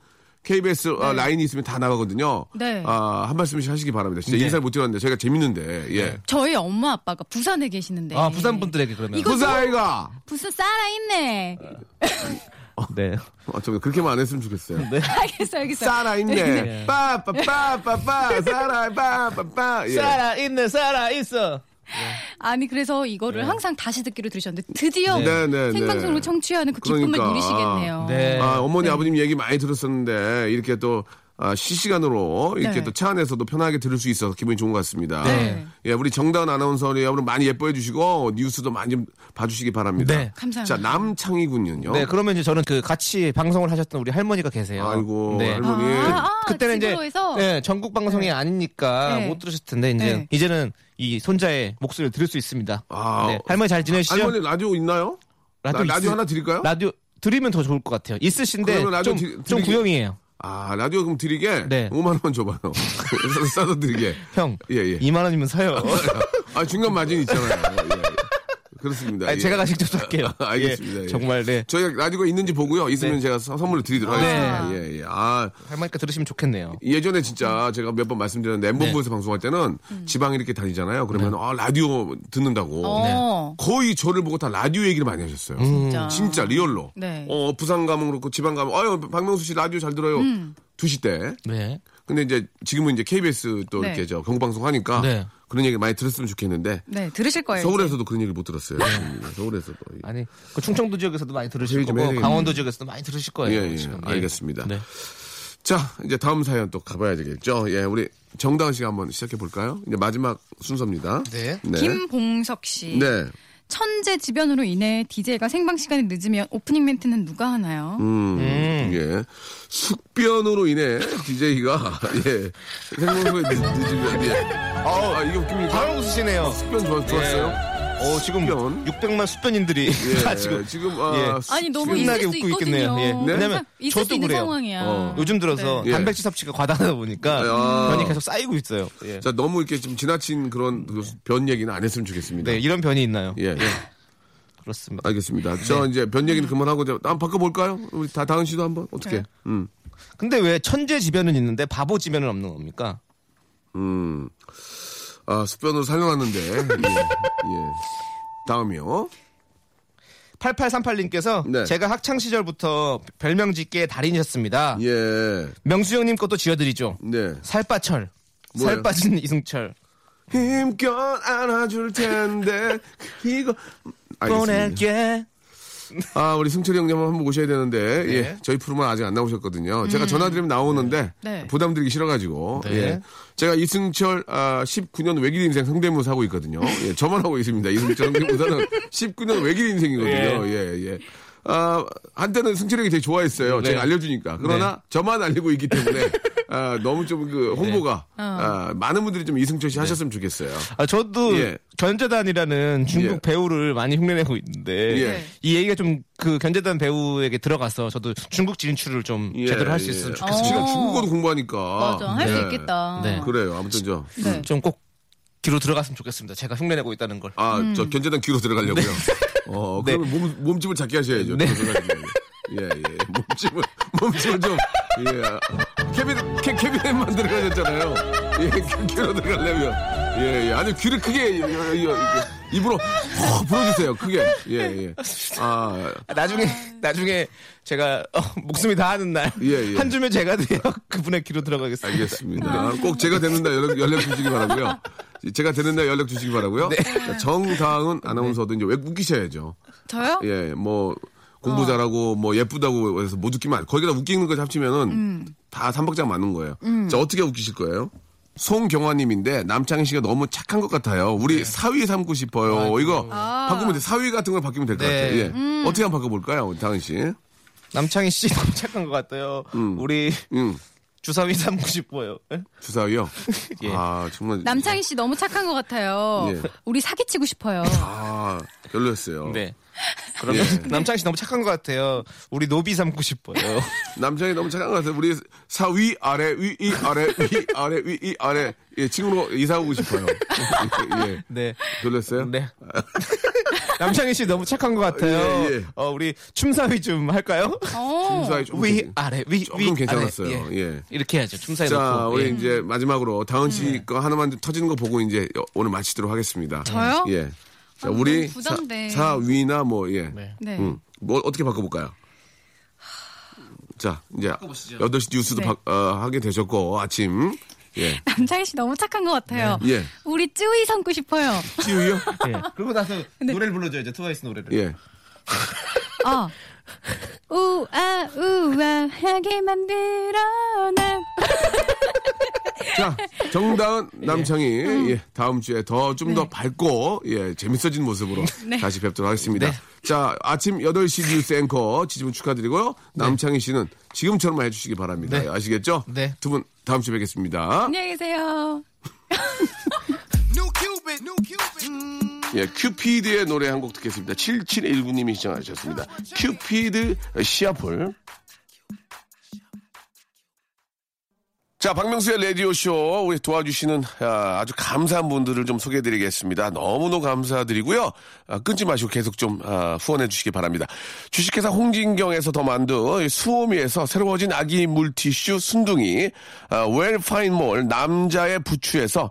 [SPEAKER 2] KBS 어, 라인이 있으면 다 나가거든요.
[SPEAKER 4] 네.
[SPEAKER 2] 아, 한 말씀씩 하시기 바랍니다. 진짜 인사를 못 드렸는데 저희가 재밌는데. 예.
[SPEAKER 4] 저희 엄마 아빠가 부산에 계시는데.
[SPEAKER 5] 아 부산 분들에게 그러면.
[SPEAKER 4] 이거-
[SPEAKER 2] 부산 아이가!
[SPEAKER 4] 부산 살아있네.
[SPEAKER 5] 네.
[SPEAKER 2] 아, 저 그렇게만 안 했으면 좋겠어요.
[SPEAKER 4] 네. 알겠어, 알겠어.
[SPEAKER 2] 살아있네. 빠빠빠빠빠 살아 빠빠빠. 예.
[SPEAKER 5] 살아 있네 살아 있어.
[SPEAKER 4] 아니 그래서 이거를 항상 다시 듣기로 들으셨는데 드디어
[SPEAKER 2] 네, 네,
[SPEAKER 4] 생방송으로
[SPEAKER 2] 네.
[SPEAKER 4] 청취하는 그 기쁨을
[SPEAKER 2] 그러니까.
[SPEAKER 4] 누리시겠네요.
[SPEAKER 5] 네.
[SPEAKER 2] 아, 어머니 아버님 얘기 많이 들었었는데 이렇게 또 아, 실시간으로 이렇게
[SPEAKER 4] 네.
[SPEAKER 2] 또 차 안에서도 편하게 들을 수 있어서 기분이 좋은 것 같습니다.
[SPEAKER 4] 네.
[SPEAKER 2] 예, 우리 정다은 아나운서님 여러분 많이 예뻐해 주시고 뉴스도 많이 좀 봐주시기 바랍니다.
[SPEAKER 5] 네.
[SPEAKER 4] 감사합니다.
[SPEAKER 2] 자 남창희 군요.
[SPEAKER 5] 네 그러면 이제 저는 그 같이 방송을 하셨던 우리 할머니가 계세요.
[SPEAKER 2] 아이고
[SPEAKER 5] 네.
[SPEAKER 2] 할머니.
[SPEAKER 4] 아, 아,
[SPEAKER 5] 그때는 이제
[SPEAKER 4] 집으로에서?
[SPEAKER 5] 네, 전국 방송이 아니니까
[SPEAKER 4] 네.
[SPEAKER 5] 못 들으셨을 텐데 이제
[SPEAKER 4] 네.
[SPEAKER 5] 이제는 이 손자의 목소리를 들을 수 있습니다.
[SPEAKER 2] 아.
[SPEAKER 5] 네, 할머니 잘 지내시죠?
[SPEAKER 2] 할머니 라디오 있나요? 라- 라디오
[SPEAKER 5] 있으-
[SPEAKER 2] 하나 드릴까요?
[SPEAKER 5] 라디오 드리면 더 좋을 것 같아요. 있으신데
[SPEAKER 2] 그러면 라디오
[SPEAKER 5] 좀,
[SPEAKER 2] 드리-
[SPEAKER 5] 좀
[SPEAKER 2] 드리기-
[SPEAKER 5] 구형이에요.
[SPEAKER 2] 아 라디오 그럼 드리게
[SPEAKER 5] 네.
[SPEAKER 2] 5만 원 줘봐요. 싸서 드리게.
[SPEAKER 5] 형,
[SPEAKER 2] 예, 예.
[SPEAKER 5] 2만 원이면 사요.
[SPEAKER 2] 아 중간 마진 있잖아요. 예, 예. 그렇습니다.
[SPEAKER 5] 아니,
[SPEAKER 2] 예.
[SPEAKER 5] 제가 직접 할게요.
[SPEAKER 2] 알겠습니다. 예.
[SPEAKER 5] 정말 네.
[SPEAKER 2] 저희가 라디오가 있는지 보고요. 있으면 제가 선- 선물을 드리도록 하겠습니다.
[SPEAKER 5] 네.
[SPEAKER 2] 예, 예. 아,
[SPEAKER 5] 할머니까 들으시면 좋겠네요.
[SPEAKER 2] 예전에 진짜 제가 몇 번 말씀드렸는데
[SPEAKER 5] 네.
[SPEAKER 2] 엠본부에서 방송할 때는 지방 이렇게 다니잖아요. 그러면 아, 라디오 듣는다고.
[SPEAKER 4] 음.
[SPEAKER 5] 네.
[SPEAKER 4] 어,
[SPEAKER 2] 거의 저를 보고 다 라디오 얘기를 많이 하셨어요.
[SPEAKER 5] 음.
[SPEAKER 4] 진짜.
[SPEAKER 2] 진짜 리얼로.
[SPEAKER 4] 네.
[SPEAKER 2] 어, 부산 가면 그렇고 지방 가면 아유, 박명수 씨 라디오 잘 들어요.
[SPEAKER 4] 음.
[SPEAKER 2] 2시 때.
[SPEAKER 5] 네.
[SPEAKER 2] 근데 이제 지금은 이제 KBS 또
[SPEAKER 4] 네.
[SPEAKER 2] 이렇게 저 경방송 하니까
[SPEAKER 5] 네.
[SPEAKER 2] 그런 얘기 많이 들었으면 좋겠는데
[SPEAKER 4] 네, 들으실 거예요.
[SPEAKER 2] 서울에서도 그런 얘기 못 들었어요.
[SPEAKER 5] 네.
[SPEAKER 2] 예, 서울에서도. 예.
[SPEAKER 5] 아니 그 충청도 지역에서도 많이 들으실
[SPEAKER 2] 저희 좀 해야
[SPEAKER 5] 거고
[SPEAKER 2] 되겠네요.
[SPEAKER 5] 강원도 지역에서도 많이 들으실 거예요.
[SPEAKER 2] 예, 예,
[SPEAKER 5] 지금.
[SPEAKER 2] 알겠습니다.
[SPEAKER 5] 네.
[SPEAKER 2] 자, 이제 다음 사연 또 가봐야 되겠죠. 예, 우리 정다은 씨가 한번 시작해 볼까요? 이제 마지막 순서입니다.
[SPEAKER 5] 네.
[SPEAKER 2] 네.
[SPEAKER 4] 김봉석 씨.
[SPEAKER 2] 네.
[SPEAKER 4] 천재 지변으로 인해 DJ가 생방 시간이 늦으면 오프닝 멘트는 누가 하나요?
[SPEAKER 2] 음,
[SPEAKER 5] 네.
[SPEAKER 2] 예. 숙변으로 인해 DJ가, 예. 생방송에 늦- 늦으면, 예. 아, 아, 이게 웃깁니까?
[SPEAKER 5] 바로 웃으시네요.
[SPEAKER 2] 숙변 좋았, 좋았어요?
[SPEAKER 5] 어 지금
[SPEAKER 2] 숙변.
[SPEAKER 5] 600만 수변인들이
[SPEAKER 2] 예,
[SPEAKER 5] 다 네. 지금
[SPEAKER 2] 지금, 아,
[SPEAKER 5] 예.
[SPEAKER 2] 숙-
[SPEAKER 4] 아니 너무
[SPEAKER 5] 신나게
[SPEAKER 4] 있을 수
[SPEAKER 5] 웃고
[SPEAKER 4] 있거든요.
[SPEAKER 5] 있겠네요. 예. 네?
[SPEAKER 4] 왜냐면 있을
[SPEAKER 5] 저도
[SPEAKER 4] 수 있는
[SPEAKER 5] 그래요.
[SPEAKER 4] 상황이야.
[SPEAKER 2] 어.
[SPEAKER 5] 요즘 들어서
[SPEAKER 2] 네.
[SPEAKER 5] 단백질 섭취가 과다하다 보니까
[SPEAKER 2] 아.
[SPEAKER 5] 변이 계속 쌓이고 있어요. 예.
[SPEAKER 2] 자, 너무 이렇게 좀 지나친 그런 그변 얘기는 안 했으면 좋겠습니다.
[SPEAKER 5] 네 이런 변이 있나요?
[SPEAKER 2] 예. 예.
[SPEAKER 5] 그렇습니다.
[SPEAKER 2] 알겠습니다.
[SPEAKER 5] 네.
[SPEAKER 2] 저 이제 변 얘기는 그만하고 이제 한번 바꿔볼까요? 우리 다 다은 씨도 한번 어떻게? 음,
[SPEAKER 5] 근데 왜 천재지변은 있는데 바보지변은 없는 겁니까?
[SPEAKER 2] 음. 아 숙변으로 살려놨는데. 예. 예. 다음이요.
[SPEAKER 5] 8838님께서
[SPEAKER 2] 네.
[SPEAKER 5] 제가 학창 시절부터 별명 짓기에 달인이셨습니다.
[SPEAKER 2] 예.
[SPEAKER 5] 명수 형님 것도 지어드리죠.
[SPEAKER 2] 네.
[SPEAKER 5] 살빠철,
[SPEAKER 2] 뭐예요?
[SPEAKER 5] 살 빠진 이승철.
[SPEAKER 2] 힘껏 안아줄 텐데 이거 알겠습니다.
[SPEAKER 5] 보낼게.
[SPEAKER 2] 아 우리 승철이 형님 한번 오셔야 되는데
[SPEAKER 5] 네.
[SPEAKER 2] 예 저희 프로만 아직 안 나오셨거든요. 제가 전화드리면 나오는데
[SPEAKER 4] 네.
[SPEAKER 2] 부담드리기 싫어가지고
[SPEAKER 5] 음. 네.
[SPEAKER 2] 예 제가 이승철 아, 19년 외길 인생 성대모사 하고 있거든요. 예 저만 하고 있습니다. 이승철 성대모사는 19년 외길 인생이거든요. 예 예. 아, 한때는 승철이 형이 되게 좋아했어요.
[SPEAKER 5] 네.
[SPEAKER 2] 제가 알려주니까. 그러나 저만 알리고 있기 때문에 아, 너무 좀 그 홍보가
[SPEAKER 5] 네.
[SPEAKER 2] 아, 많은 분들이 좀 이승철 씨 하셨으면 좋겠어요.
[SPEAKER 5] 아, 저도
[SPEAKER 2] 예.
[SPEAKER 5] 견재단이라는 중국
[SPEAKER 2] 예.
[SPEAKER 5] 배우를 많이 흉내내고 있는데
[SPEAKER 2] 예.
[SPEAKER 5] 이 얘기가 좀 그 견재단 배우에게 들어가서 저도 중국 진출을 좀
[SPEAKER 2] 예,
[SPEAKER 5] 제대로 할 수
[SPEAKER 2] 예.
[SPEAKER 5] 있으면
[SPEAKER 4] 어.
[SPEAKER 5] 좋겠습니다.
[SPEAKER 2] 지금 중국어도 공부하니까.
[SPEAKER 4] 맞아, 할 수
[SPEAKER 2] 네.
[SPEAKER 4] 있겠다.
[SPEAKER 5] 네.
[SPEAKER 2] 그래요. 아무튼 저.
[SPEAKER 4] 네.
[SPEAKER 5] 좀 꼭 귀로 들어갔으면 좋겠습니다. 제가 흉내내고 있다는 걸.
[SPEAKER 2] 음. 아, 저 견제단 귀로 들어가려고요. 어, 그러면 몸, 몸집을 작게 하셔야죠. 들어가려면. 예, 예. 몸집을, 몸집을 좀, 예. 캐비넷, 캐, 캐비넷만 들어가셨잖아요. 예, 귀- 귀로 들어가려면. 예, 예. 아니, 귀를 크게, 여- 여- 여- 입으로 확 불어주세요. 크게. 예, 예. 아,
[SPEAKER 5] 나중에 나중에 제가 어, 목숨이 다하는 날 한
[SPEAKER 2] 예, 예.
[SPEAKER 5] 주면 제가 돼요. 그분의 귀로 들어가겠습니다.
[SPEAKER 2] 알겠습니다. 꼭 제가 되는 날 연락, 연락 주시기 바라고요. 제가 되는 날 연락 주시기 바라고요. 자, 정다은 아나운서도 이제 왜 웃기셔야죠.
[SPEAKER 4] 저요?
[SPEAKER 2] 예, 뭐 공부
[SPEAKER 4] 어.
[SPEAKER 2] 잘하고 뭐 예쁘다고 해서 못 웃기면 거기다 웃기는 거 잡치면은
[SPEAKER 4] 음.
[SPEAKER 2] 다 삼박자 맞는 거예요. 자 어떻게 웃기실 거예요? 송경화님인데 남창희 씨가 너무 착한 것 같아요. 우리
[SPEAKER 5] 네.
[SPEAKER 2] 사위 삼고 싶어요. 이거
[SPEAKER 4] 아.
[SPEAKER 2] 바꾸면 돼. 사위 같은 걸 바뀌면 될 것
[SPEAKER 5] 네.
[SPEAKER 2] 같아요. 예.
[SPEAKER 4] 음.
[SPEAKER 2] 어떻게 한번 바꿔볼까요, 다은 씨?
[SPEAKER 5] 남창희 씨 너무 착한 것 같아요. 우리
[SPEAKER 2] 음,
[SPEAKER 5] 주사위 삼고 싶어요. 예?
[SPEAKER 2] 주사위요.
[SPEAKER 5] 예.
[SPEAKER 2] 아 정말
[SPEAKER 4] 남창희 씨 너무 착한 것 같아요.
[SPEAKER 2] 예.
[SPEAKER 4] 우리 사기치고 싶어요.
[SPEAKER 2] 아 별로였어요.
[SPEAKER 5] 네. 그러면
[SPEAKER 2] 예.
[SPEAKER 5] 남창희 씨 너무 착한 것 같아요. 우리 노비 삼고 싶어요.
[SPEAKER 2] 남창이 너무 착한 것 같아요. 우리 사위 아래 위 이 아래 위 아래 위 이 아래 예, 친구로 이사 오고 싶어요. 예.
[SPEAKER 5] 네.
[SPEAKER 2] 돌렸어요?
[SPEAKER 5] 네. 남창희 씨 너무 착한 것 같아요.
[SPEAKER 2] 예, 예.
[SPEAKER 5] 어, 우리 춤사위 좀 할까요?
[SPEAKER 4] 어.
[SPEAKER 2] 사이 좀
[SPEAKER 5] 위
[SPEAKER 2] 괜찮-
[SPEAKER 5] 아래 위
[SPEAKER 2] 조금
[SPEAKER 5] 위
[SPEAKER 2] 괜찮았어요.
[SPEAKER 5] 아래,
[SPEAKER 2] 예.
[SPEAKER 5] 이렇게 해야죠. 춤사위
[SPEAKER 2] 자,
[SPEAKER 5] 놓고.
[SPEAKER 2] 우리
[SPEAKER 5] 예. 네.
[SPEAKER 2] 이제 마지막으로 다은 씨거 하나만 좀 터지는 거 보고 이제 여- 오늘 마치도록 하겠습니다.
[SPEAKER 4] 저요?
[SPEAKER 2] 예. 자,
[SPEAKER 4] 아,
[SPEAKER 2] 우리
[SPEAKER 4] 너무 부담돼.
[SPEAKER 2] 사, 위나뭐 예.
[SPEAKER 5] 네.
[SPEAKER 4] 네.
[SPEAKER 2] 음. 뭐 어떻게 바꿔 볼까요? 자, 이제 8시 뉴스도
[SPEAKER 4] 네.
[SPEAKER 2] 바- 어, 하게 되셨고 아침 예.
[SPEAKER 4] 남창희 씨 너무 착한 것 같아요.
[SPEAKER 2] 네. 예.
[SPEAKER 4] 우리 쯔위 삼고 싶어요.
[SPEAKER 2] 찌우요?
[SPEAKER 5] 예. 그리고 나서 노래를 불러줘야죠. 트와이스 노래를.
[SPEAKER 2] 예.
[SPEAKER 4] 아. 우아 우아하게 만들어 난
[SPEAKER 2] 자, 정다은 남창희 예, 다음 주에 더 좀 더 밝고 예, 재밌어진 모습으로
[SPEAKER 4] 네.
[SPEAKER 2] 다시 뵙도록 하겠습니다.
[SPEAKER 5] 네.
[SPEAKER 2] 자, 아침 8시 뉴스 앵커 지지분 축하드리고요. 남창희 씨는 지금처럼만 해주시기 바랍니다.
[SPEAKER 5] 네.
[SPEAKER 2] 아시겠죠?
[SPEAKER 5] 네.
[SPEAKER 2] 두 분 다음 주에 뵙겠습니다.
[SPEAKER 4] 안녕히 계세요.
[SPEAKER 2] 예, 큐피드의 노래 한 곡 듣겠습니다. 7719님이 시청하셨습니다. 큐피드 어, 시아폴. 자, 박명수의 라디오쇼, 우리 도와주시는 아, 아주 감사한 분들을 좀 소개해드리겠습니다. 너무너무 감사드리고요. 아, 끊지 마시고 계속 좀 아, 후원해주시기 바랍니다. 주식회사 홍진경에서 더 만두, 이 수오미에서 새로워진 아기 물티슈 순둥이, 아, 웰파인몰 남자의 부추에서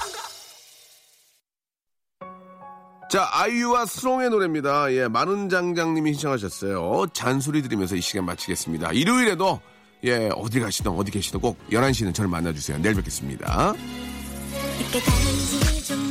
[SPEAKER 2] 자, 아이유와 수롱의 노래입니다. 예, 마른 장장님이 신청하셨어요. 잔소리 들으면서 이 시간 마치겠습니다. 일요일에도, 예, 어디 가시든 어디 계시든 꼭 11시는 저를 만나주세요. 내일 뵙겠습니다.
[SPEAKER 6] 깨달은지 좀